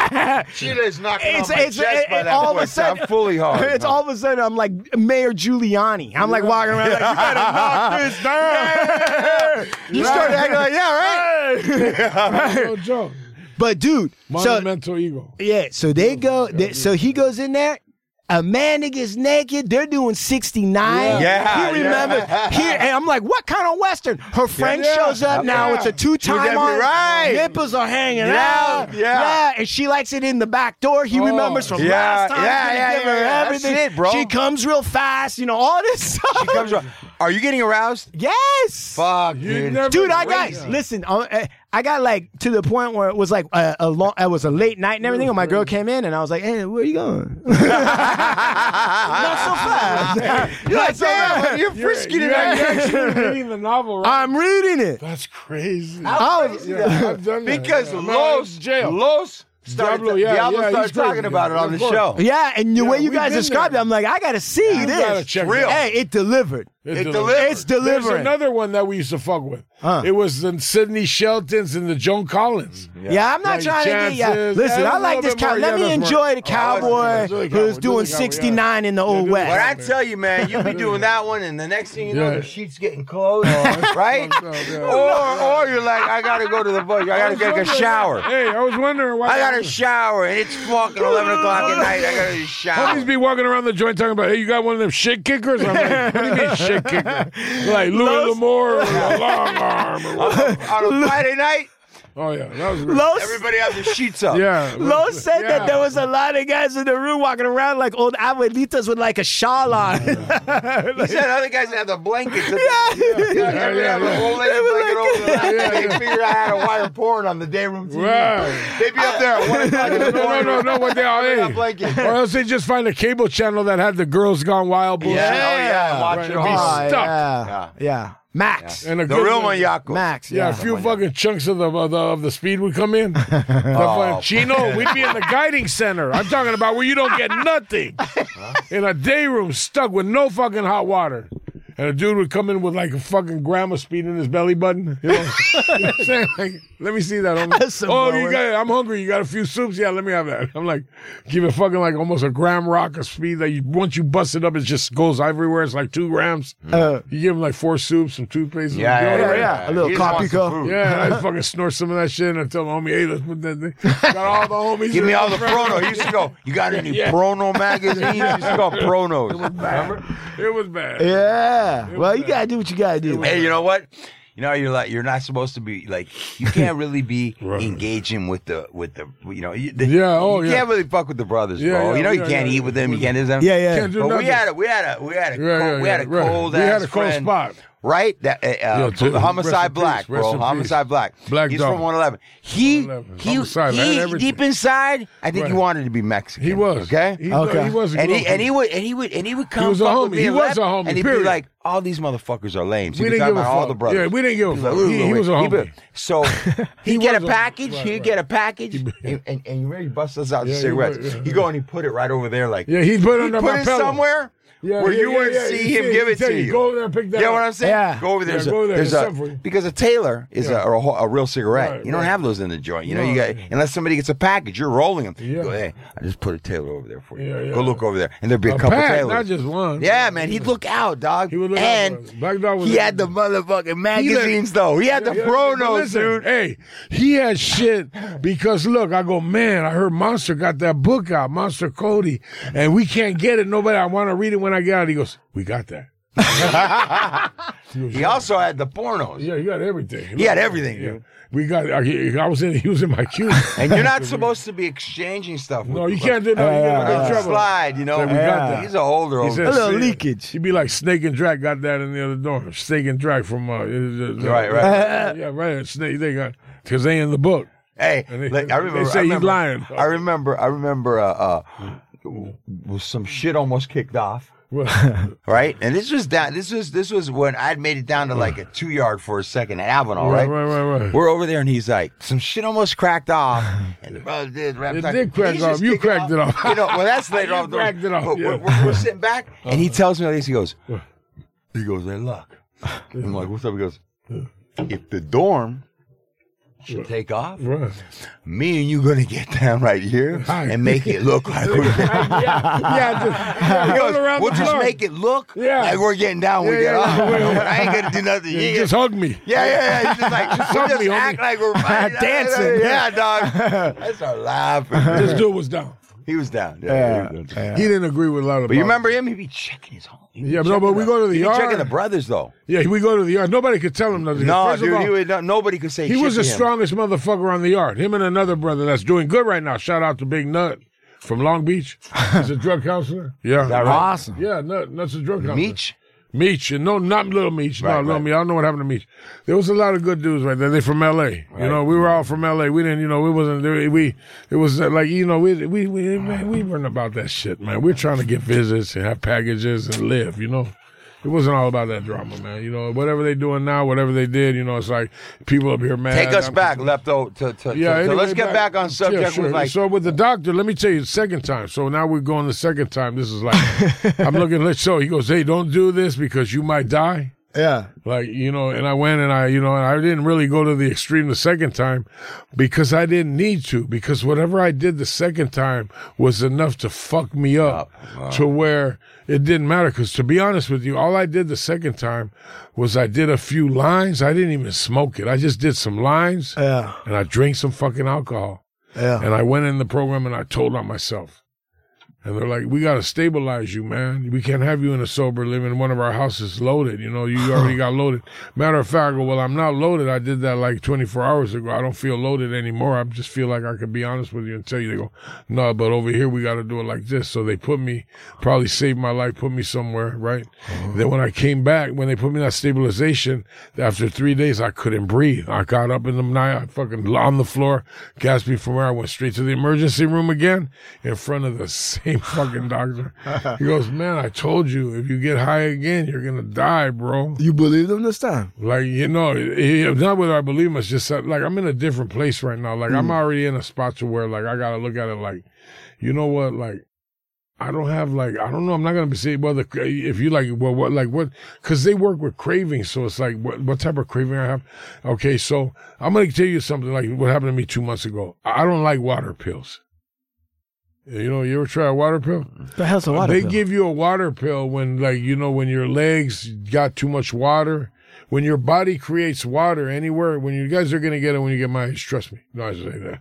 Sheila is knocking
It's-
on my
it's-
chest
it-
by
it-
that
all of a
point.
sudden-
I'm fully hard.
it's all of a sudden I'm like Mayor Giuliani. I'm like walking around like you better knock this down. you start acting like yeah, right.
no joke.
But dude, so
Monumental ego.
Yeah, so they go. They, so he goes in there. Amanda gets naked. They're doing 69.
Yeah,
He
yeah.
remembers. He, and I'm like, what kind of Western? Her friend
Yeah.
shows up now.
Yeah.
It's a two time
She's
on.
right.
Nipples are hanging
Yeah,
out.
yeah.
And she likes it in the back door. He
Oh,
remembers from
yeah,
last time. He's
yeah,
gonna
yeah,
give
yeah,
her
yeah. That's
everything.
it, bro.
She comes real fast. You know, all this stuff.
She comes around. Are you getting aroused?
Yes.
Fuck,
You
dude.
never-
Dude, I
Crazy.
got listen. I- I, I got like to the point where it was like a, a long. It was a late night and everything. And my girl came in and I was like, "Hey, where you going?" Not so fast. You're like,
Damn,
"Damn,
you're frisky
You're
today.
actually reading the novel, right?
I'm reading it.
That's crazy.
I was,
Yeah, I've done that.
Because
Yeah, I'm out of
Los
jail.
Los started,
Diablo, yeah,
Diablo
yeah, he's
started
crazy,
talking about it
yeah,
on the
of course.
show.
yeah, and the
Yeah,
way you
we've
guys
been
described
there.
it, I'm like, I gotta see
You
this.
gotta check it
Real.
out.
Hey, it delivered.
It
delivered.
delivers.
It's delivering.
There's another one that we used to fuck with. It was the Sidney Sheltons and the Joan Collins.
Mm-hmm. Yeah, I'm not
Like
trying to get
chances,
you. Listen,
and
I
a
like this
little bit
cow.
more
Let me
yellow for-
enjoy the cowboy
do the cowboy,
who's
do
doing
the cowboy,
69 in the old
do the
But I
west.
tell you, man, you be doing that one, and the next thing you know,
Yeah. Oh,
the sheet's getting closed, right? Or, or you're like, I gotta go to the bush. I gotta get a shower.
Hey, I was wondering why.
I got a shower, and it's fucking eleven o'clock at night. I got to shower.
Homies be walking around the joint talking about, hey, you got one of them shit kickers? I'm like, what do you mean shit kicker? Like Louis L'Amour or a long arm or whatever.
On a Friday night,
Oh, yeah. That was real.
Los,
everybody have the sheets up.
Yeah.
Los said
Yeah.
that there was a lot of guys in the room walking around like old abuelitas with like a shawl on.
He said other guys have the blankets. Yeah, yeah, yeah. Everybody have a whole lady blanket over the night.
Yeah,
They
yeah.
figured out how to wire porn on the day room TV.
Right.
They'd be up there at one o'clock in
No,
the
no,
morning.
no, no, what they all
That
ate.
blanket.
Or else they just find a cable channel that had the Girls Gone Wild bullshit.
Yeah, oh, yeah. Watch
Right,
it
it'd be
all.
stuck.
Yeah. yeah. Max.
And a
The
good
real one, Yaku.
Max.
Yeah,
Yeah.
a few fucking chunks of the, of the of the speed would come in. The fucking Chino, we'd be in the guiding center. I'm talking about where you don't get nothing in a day room stuck with no fucking hot water. And a dude would come in with like a fucking grandma speed in his belly button. You know, You know what I'm saying? Like, let me see that. homie.
That's a
oh, you
mower.
got? I'm hungry. You got a few soups? Yeah, let me have that. I'm like, give it fucking like almost a gram rock of speed that you once you bust it up, it just goes everywhere. It's like two grams.
Uh,
you give him like four soups, some toothpaste, some
Yeah,
deodorant.
yeah,
yeah.
yeah.
A little
He just
copy
wants the
cup.
food.
Yeah, and I fucking snort some of that shit and I tell my homie, hey, let's put that thing. Got all the homies.
Give me
in
all the
front.
prono. He used to go, You got any
Yeah.
prono magazines? He used to call pronos.
It was bad.
Yeah. Well, you gotta do what you gotta do.
Hey, you know what? You know, you're like you're not supposed to be like you can't really be
Right.
engaging with the with the you know you, the,
Yeah, oh,
you
yeah.
can't really fuck with the brothers,
Yeah,
bro.
yeah,
you know you
yeah,
can't
yeah,
eat
yeah.
with them, you can't do them.
Yeah, yeah.
Can't do
But we
nothing.
had a we had a we had a
Yeah,
cold-
yeah,
we had
yeah,
a
right.
cold
We
ass
had a cold
friend,
spot.
right? That uh, uh,
dude, rest in
homicide
peace,
black,
rest
bro.
in
Homicide
peace.
black.
Black
He's
dog.
from 111. He
111.
he,
Homicide, man,
he
everything.
deep inside, I think he
Right.
wanted to be Mexican.
He was
okay.
He,
Okay.
he was. a
and he
good
and he
homie.
would and he would and he would come.
was a
fuck
homie.
with me
He
and
was
laugh,
a homie,
And he'd be
period.
like, "All these motherfuckers are lame."
We
he'd be
didn't
talking
give a
about all
fuck.
the brothers.
Yeah, we didn't give a
He'd be like,
fuck.
"Ooh,
He- he
wait."
was a
He'd be-
homie.
So he'd get
was
a
a-
package.
right,
He'd
right.
get a package, and, and and you remember he busts us out
Yeah,
the
he
cigarettes.
would, yeah.
He'd go and he put it right over there, like
Yeah, he'd put it under my
it
pillow.
somewhere
Yeah,
where
yeah,
you
yeah,
wouldn't
yeah.
see
He'd
him
say-
give
he'd
it
say,
to you.
"Go over there and pick that
Yeah,
up."
what I'm saying?
Yeah.
Go over there.
Yeah,
There's a-
go there.
There's
There's something for
a
you.
because a Taylor is a, or a, whole- a real cigarette.
Right,
you don't
right.
have those in the joint. You know, you
No.
got unless somebody gets a package, you're rolling them. You
Yeah.
go, hey, I just put a Taylor over there for you.
Yeah, yeah.
Go look over there, and there'd be a,
A
couple
pack,
Taylors.
not just one.
Yeah, man, he'd look out, dog.
He would look out
and
for us. Black Dog was
he
a-
had the motherfucking magazines, though. He had the
Yeah, yeah, but
pronos,
listen,
dude.
Hey, he had shit because look, I go, man, I heard Monster got that book out, Monster Cody, and we can't get it. Nobody, I want to read it when I get out. He goes, we got that.
He also had the pornos.
Yeah, he got everything.
He had everything,
Yeah.
dude.
We got. I, I was in. He was in my queue.
And you're not supposed to be exchanging stuff. With
no, you
them.
can't do that. You
Yeah,
get in
yeah.
Let it
trouble.
slide, you know.
Like, we got that.
He's an older.
He
old-
said,
A little
"Snake-
leakage."
He'd be like Snake and Drac got that in the other door. Snake and Drac from uh, uh, uh,
Right, right.
yeah, right. Snake they got because they in the book.
Hey,
And they-
like, I
they
remember.
say
I
he's
remember,
lying.
I remember. I remember. Uh, uh, w- some shit almost kicked off.
Well,
Right, and this was down. This was this was when I'd made it down to like a two yard for a second at Avenal.
Right,
Right,
right, right, right.
We're over there, and he's like, "Some shit almost cracked off." And the brother did. Rap
It did crack off. You cracked it off.
You know, well, that's later
You
on.
cracked it off,
But
yeah. Uh-huh.
we're, we're, we're sitting back, and he tells me like this. He goes, "He goes, hey, look." I'm like, "What's up?" He goes, "If the dorm should take off."
right.
me and you gonna get down right here
Hi.
and make it look like we're getting
Yeah, just, yeah, roll around
We'll
the
just
block.
make it look
Yeah.
like we're getting down. when we
Yeah,
get
yeah,
off.
yeah.
But I ain't gonna do nothing.
You
Yeah,
just hug me.
yeah, yeah. yeah. It's just like
hug
we'll just
me, homie.
act like we're
Dancing.
Yeah, dog. I start
This
laughing.
dude was down.
he was down. Yeah, he was down.
He didn't agree with a lot of.
But you remember him? He'd be checking his home. He'd be
Yeah, no,
checking
but we go to the
he'd be
yard.
Checking the brothers though.
Yeah, we go to the yard. Nobody could tell him nothing.
No,
First of
dude,
all,
he would, no- nobody could say
He
shit
was the
to him.
strongest motherfucker on the yard. Him and another brother that's doing good right now. Shout out to Big Nut from Long Beach. He's a drug counselor. Yeah.
that right?
Awesome.
Yeah, Nut, Nut's a drug counselor.
Meech.
Meech. And no, not Little Meech.
Right,
no, Little
right.
Meech. I don't know what happened to Meech. There was a lot of good dudes right there. They from L.A. You know, we were all from L.A. We didn't, you know, we wasn't, there- we, it was uh, like, you know, we, we, we, man, we weren't about that shit, man. We're trying to get visits and have packages and live, you know? It wasn't all about that drama, man. You know, whatever they doing now, whatever they did, you know, it's like people up here mad.
Take us
I'm-
back, Lepto. To, to,
yeah,
to,
anyway,
to let's get back, on subject
Yeah, sure.
with like
so with the doctor, let me tell you the second time. So now we're going the second time. This is like I'm looking. Let's so he goes, hey, don't do this because you might die. Yeah. Like, you know, and I went and I, you know, and I didn't really go to the extreme the second time because I didn't need to, because whatever I did the second time was enough to fuck me up to where it didn't matter. Because to be honest with you, all I did the second time was I did a few lines. I didn't even smoke it. I just did some lines
Yeah.
and I drank some fucking alcohol.
Yeah.
And I went in the program and I told on myself. And they're like, we got to stabilize you, man. We can't have you in a sober living. One of our houses loaded. You know, you already got loaded. Matter of fact, I go, well, I'm not loaded. I did that like 24 hours ago. I don't feel loaded anymore. I just feel like I could be honest with you and tell you. They go, no, but over here, we got to do it like this. So they put me, probably saved my life, put me somewhere, right? Then when I came back, when they put me in that stabilization, after three days, I couldn't breathe. I got up in the night, I fucking lay on the floor, gasped for air. I went straight to the emergency room again in front of the same fucking doctor. He goes, Man, I told you, if you get high again, you're going to die, bro.
You believed him this time?
Like, you know, it- it- not whether I believe him, it's just that, like I'm in a different place right now. Like, I'm already in a spot to where, like, I got to look at it like, you know what? Like, I don't have like I don't know. I'm not gonna be saying whether uh, if you like well what like what because they work with cravings, so it's like what what type of craving I have. Okay, so I'm gonna tell you something like what happened to me two months ago. I don't like water pills. You know, you ever try a water pill?
The hell's a water
they
pill?
give you a water pill when like you know when your legs got too much water. When your body creates water anywhere, when you guys are gonna get it when you get my age, trust me. No, I say that.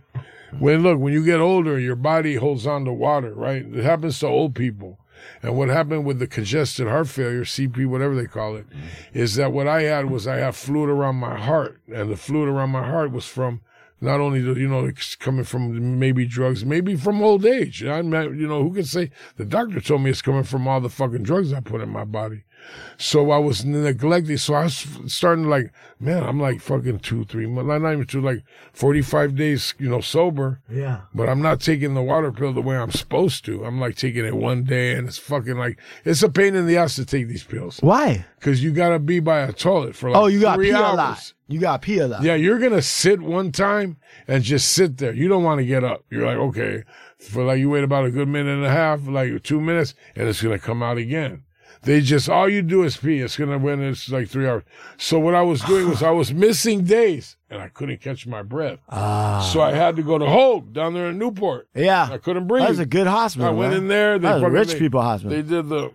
When look, when you get older, your body holds on to water, right? It happens to old people. And what happened with the congested heart failure, CP, whatever they call it, is that what I had was I had fluid around my heart, and the fluid around my heart was from not only the, you know it's coming from maybe drugs, maybe from old age. I mean, you know who can say the doctor told me it's coming from all the fucking drugs I put in my body. So I was neglecting. So I was starting to like, man, I'm like fucking two, three months, not even two, like 45 days, you know, sober.
Yeah.
But I'm not taking the water pill the way I'm supposed to. I'm like taking it one day and it's fucking like, it's a pain in the ass to take these pills.
Why?
Cause you gotta be by a toilet for like
oh, you got
three
pee
hours.
a lot. You got pee a lot.
Yeah, you're gonna sit one time and just sit there. You don't want to get up. You're like, okay, for like you wait about a good minute and a half, like two minutes, and it's gonna come out again. They just all you do is pee. It's gonna when it's like three hours. So what I was doing was I was missing days and I couldn't catch my breath. So I had to go to Hope down there in Newport.
Ah. Yeah.
I couldn't breathe.
That was a good hospital,
I went
man.
in there. They
That was a
fucking-
rich
they-
people hospital.
They did the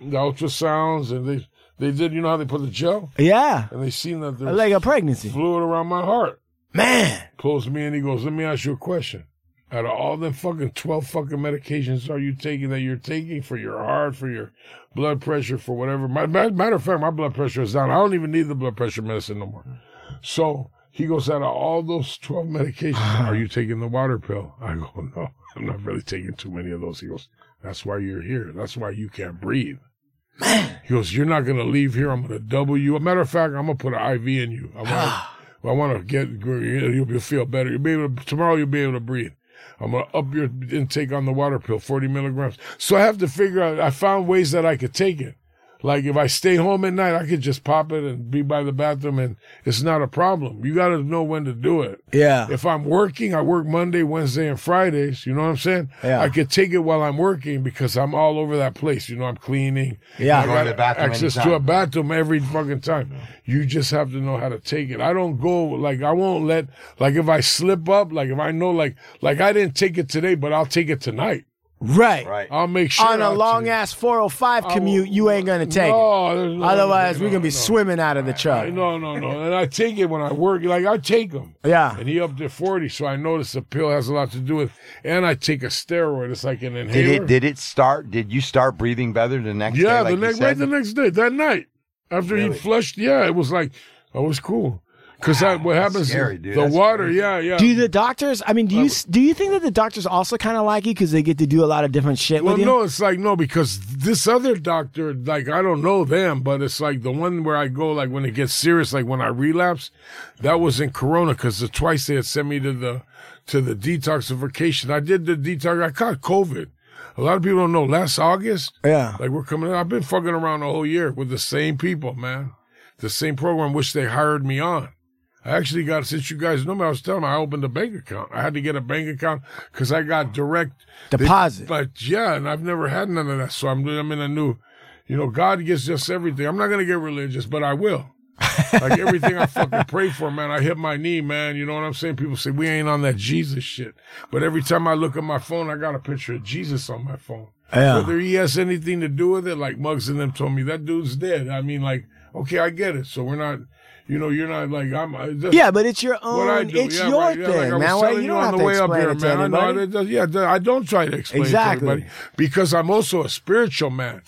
the ultrasounds and they they did. You know how they put the gel
Yeah.
and they seen that there
A
was
leg of pregnancy.
fluid around my heart
Man.
pulls me in. He goes, "Let me ask you a question. Out of all the fucking twelve fucking medications are you taking that you're taking for your heart, for your blood pressure, for whatever? My, ma- matter of fact, my blood pressure is down. I don't even need the blood pressure medicine no more. So he goes, out of all those twelve medications, are you taking the water pill? I go, no, I'm not really taking too many of those. He goes, that's why you're here. That's why you can't breathe. He goes, You're not going to leave here. I'm going to double you. A matter of fact, I'm going to put an IV in you. I want, I want to get, you'll, you'll feel better. You'll be able to, tomorrow you'll be able to breathe. I'm going to up your intake on the water pill, 40 milligrams. So I have to figure out, I found ways that I could take it. Like if I stay home at night, I could just pop it and be by the bathroom and it's not a problem. You got to know when to do it.
Yeah.
If I'm working, I work Monday, Wednesday, and Fridays. You know what I'm saying?
Yeah.
I could take it while I'm working because I'm all over that place. You know, I'm cleaning.
Yeah.
I
Go
got
to the bathroom
access
anytime.
to a bathroom every fucking time. You just have to know how to take it. I don't go like I won't let like if I slip up, like if I know like like I didn't take it today, but I'll take it tonight.
Right.
Right.
I'll make sure
On a
I'll
long
take-
ass 405 commute, you ain't going to take
No, there's
it.
no-
Otherwise, we're
no,
going to be
no.
swimming out of the truck.
No, no, no. And I take it when I work. Like I take them.
Yeah.
And he up to forty, so I notice the pill has a lot to do with. And I take a steroid. It's like an
Did
inhaler.
it did it start? Did you start breathing better the next
yeah,
day? like
the
you
next
said?
right the next day, that night after he flushed. Yeah, it was like I was cool because what happens
scary, dude.
the
That's
water. Yeah, yeah.
Do the doctors? I mean, do you do you think that the doctors also kind of like you because they get to do a lot of different shit
Well,
with you?
no, it's like no because this other doctor, like I don't know them, but it's like the one where I go, like when it gets serious, like when I relapse, that was in Corona because the twice they had sent me to the to the detoxification. I did the detox. I caught COVID. A lot of people don't know. Last August,
Yeah.
like we're coming. I've been fucking around the whole year with the same people, man. The same program which they hired me on. I actually got since you guys know me, I was telling them I opened a bank account. I had to get a bank account because I got direct
Deposit.
but yeah, and I've never had none of that, so I'm I'm in a new You know, God gets just everything. I'm not gonna get religious, but I will. like everything I fucking pray for, man. I hit my knee, man. You know what I'm saying? People say we ain't on that Jesus shit, but every time I look at my phone, I got a picture of Jesus on my phone.
Yeah.
Whether he has anything to do with it, like Muggs and them told me, that dude's dead. I mean, like, okay, I get it. So we're not, you know, you're not like I'm. I- that's-
Yeah, but it's your
what I
own.
do.
It's
Yeah,
your
right. Yeah, like I
thing,
was
man. Why-
telling
You don't
on
have
the
to
way up
explain
here,
it to
man. I know
anybody.
it does- yeah, th- I don't try to explain
Exactly.
it to everybody because I'm also a spiritual man.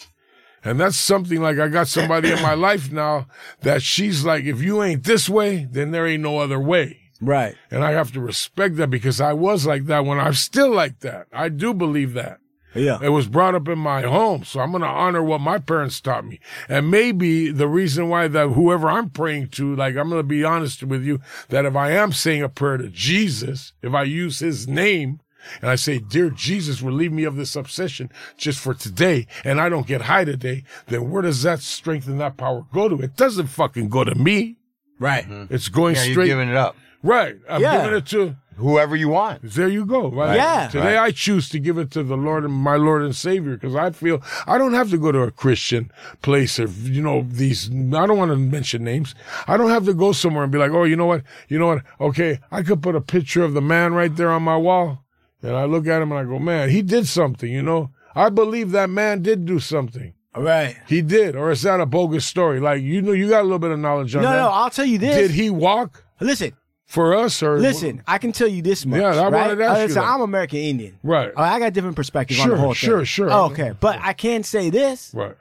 And that's something like I got somebody in my life now that she's like, if you ain't this way, then there ain't no other way.
Right.
And I have to respect that because I was like that when I'm still like that. I do believe that.
Yeah.
It was brought up in my home, so I'm going to honor what my parents taught me. And maybe the reason why that whoever I'm praying to, like I'm going to be honest with you, that if I am saying a prayer to Jesus, if I use his name and I say, dear Jesus, relieve me of this obsession just for today, and I don't get high today, then where does that strength and that power go to? It doesn't fucking go to me.
Right.
It's going
Yeah, you're
straight.
giving it up.
Right. I'm
Yeah.
giving it to
Whoever you want.
there you go. Right.
Yeah.
Today I choose to give it to the Lord and my Lord and Savior because I feel I don't have to go to a Christian place or you know these. I don't want to mention names. I don't have to go somewhere and be like, oh, you know what, you know what? Okay, I could put a picture of the man right there on my wall, and I look at him and I go, man, he did something. You know, I believe that man did do something.
Right.
He did, or is that a bogus story? Like you know, you got a little bit of knowledge on
No,
that.
no. I'll tell you this.
did he walk
Listen,
for us or
listen. I can tell you this much.
Yeah, I
right?
wanted to ask
Uh,
you
so
that.
I'm American Indian.
Right.
Uh, I got a different perspective on the
Sure,
whole
sure,
thing.
sure.
Oh, okay, but I can say this:
Right.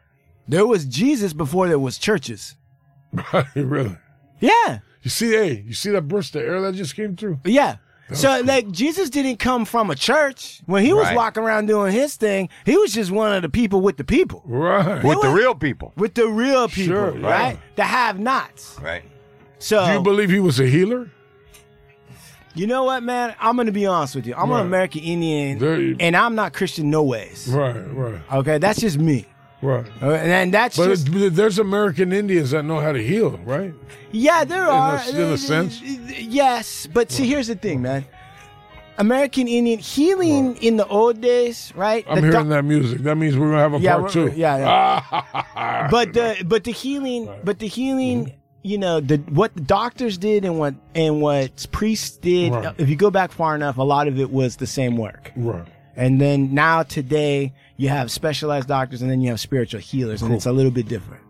there was Jesus before there was churches.
Right. Really.
Yeah.
You see, hey, you see that burst of air that just came through?
Yeah. So like Jesus didn't come from a church when he was
Right.
walking around doing his thing. He was just one of the people with the people,
Right.
With the real people.
with the real people,
Sure,
right?
yeah.
The have-nots.
Right.
So
Do you believe he was a healer?
You know what, man? I'm gonna be honest with you. I'm
Right.
an American Indian,
There you-
and I'm not Christian no ways.
Right, right,
Okay, that's just me,
right.
Uh, and, and that's
But
just
it's, there's American Indians that know how to heal, right?
yeah. There are uh,
a- in a sense?
yes, but see, here's the thing, man. American Indian healing in the old days, right?
I'm
The
hearing
doc-
that music. That means we're gonna have a
Yeah,
part
we're-
two.
yeah, yeah.
yeah.
but the but the healing but the healing you know the what the doctors did and what and what priests did
Right.
if you go back far enough a lot of it was the same work
right.
And then now today you have specialized doctors and then you have spiritual healers and it's a little bit different.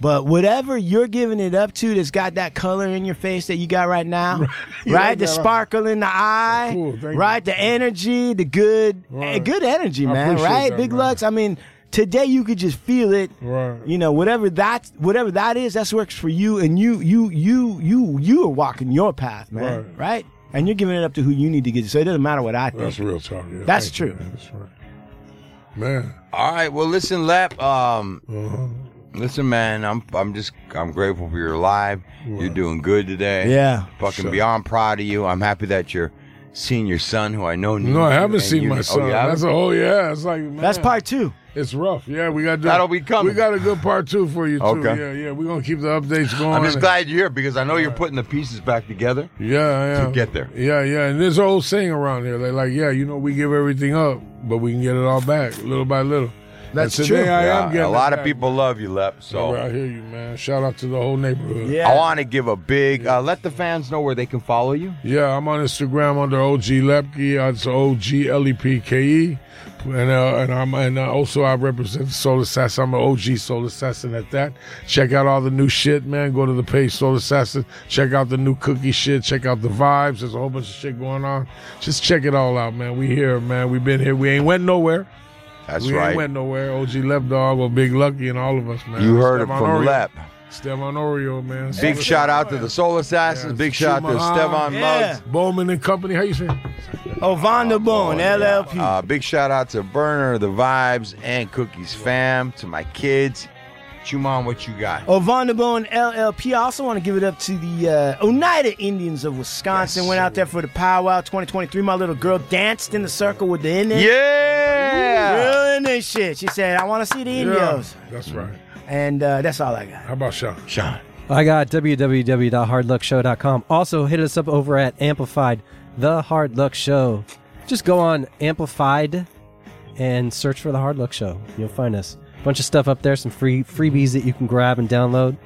But whatever you're giving it up to that's got that color in your face that you got right now, right?
Yeah,
the
yeah, right.
sparkle in the eye,
Oh, Cool, thank you.
right? The energy, the good,
Right.
eh, good energy,
I
man,
appreciate
right?
that,
Big
man.
Lux, I mean, today you could just feel it.
Right.
You know, whatever that whatever that is, that's works for you and you you you you you are walking your path, man, right?
Right.
And you're giving it up to who you need to get. So it doesn't matter what I think.
That's real talk. Yeah,
That's
Thank you,
true.
man. That's right. Man,
All right. Well, listen, Lep. Um,
uh-huh.
listen, man. I'm I'm just I'm grateful for your live. You're doing good today.
Yeah.
Fucking
Sure.
beyond proud of you. I'm happy that you're seeing your son, who I know. needs
no, I
you,
haven't
and
seen
you-
my
oh,
son.
you haven't?
That's a oh yeah. It's like man,
That's part two.
It's rough. Yeah, we got
That'll be coming.
We got a good part two for you too.
Okay.
Yeah, yeah. We're gonna keep the updates going.
I'm just
and-
glad you're here because I know you're putting the pieces back together.
Yeah, yeah.
to get there.
Yeah, yeah. And there's an old saying around here. Like, like, yeah, you know, we give everything up, but we can get it all back little by little.
That's
and today
true.
I am
Yeah,
getting
a
it
lot of
back.
people love you, Lep. So
I hear you, man. Shout out to the whole neighborhood.
Yeah.
I want to give a big. Uh, let the fans know where they can follow you.
Yeah, I'm on Instagram under OG Lepke. Uh, It's O G L E P K E, and uh, and I'm and uh, also I represent the Soul Assassin. I'm an OG Soul Assassin at that. Check out all the new shit, man. Go to the page Soul Assassin. Check out the new cookie shit. Check out the vibes. There's a whole bunch of shit going on. Just check it all out, man. We here, man. We been here. We ain't went nowhere.
That's
we ain't
right.
went nowhere. OG Lep Dog or Big Lucky and all of us, man.
You heard it
Stevan
from
Oreo.
Lep.
Stevan Oreo, man.
Big
Stevan-
shout out to the Soul Assassins.
Yeah,
big shout out to
Schumacher.
Stevan
Yeah.
Muggs.
Bowman and Company. How you say?
Oh, Von der Bone, LLP.
Uh, big shout out to Burner, the Vibes, and Cookies Fam, to my kids. Chew on what you got.
Oh, Von der Bone, LLP. I also want to give it up to the uh, Oneida Indians of Wisconsin. Went out there for the powwow 2023. My little girl danced in the circle with the Indians.
Yeah!
Real Indian shit. She said, I want to see the Indios.
That's right.
And uh, that's all I got.
How about Sean?
Sean.
I got www.hardluckshow.com. Also, hit us up over at Amplified, the Hard Luck Show. Just go on Amplified and search for the Hard Luck Show. You'll find us.
bunch of stuff up there, some free freebies that you can grab and download.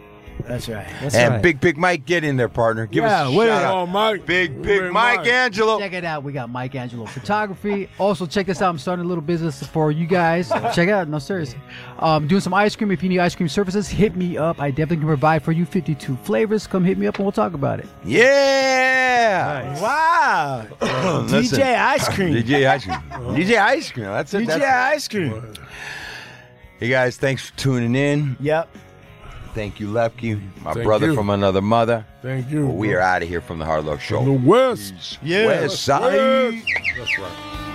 That's right.
That's
and
right.
Big Big Mike, get in there, partner. Give us a
wait.
shout out.
Oh, Mike.
Big
Big
Big Mike,
Mike.
Angelo.
Check it out. We got Mike Angelo Photography. Also, check this out. I'm starting a little business for you guys. Check it out. No, seriously. Um, doing some ice cream. If you need ice cream services, hit me up. I definitely can provide for you 52 flavors. Come hit me up and we'll talk about it.
Yeah.
Wow.
Listen.
DJ Ice Cream.
DJ Ice Cream. DJ Ice Cream. That's it.
DJ
That's it.
Ice Cream.
Hey guys, thanks for tuning in.
Yep.
Thank you, Lefke, my
Thank
brother
you.
from another mother.
Thank you.
We are out of here from the Hard Luck
The
Show.
West.
West Side.
That's right.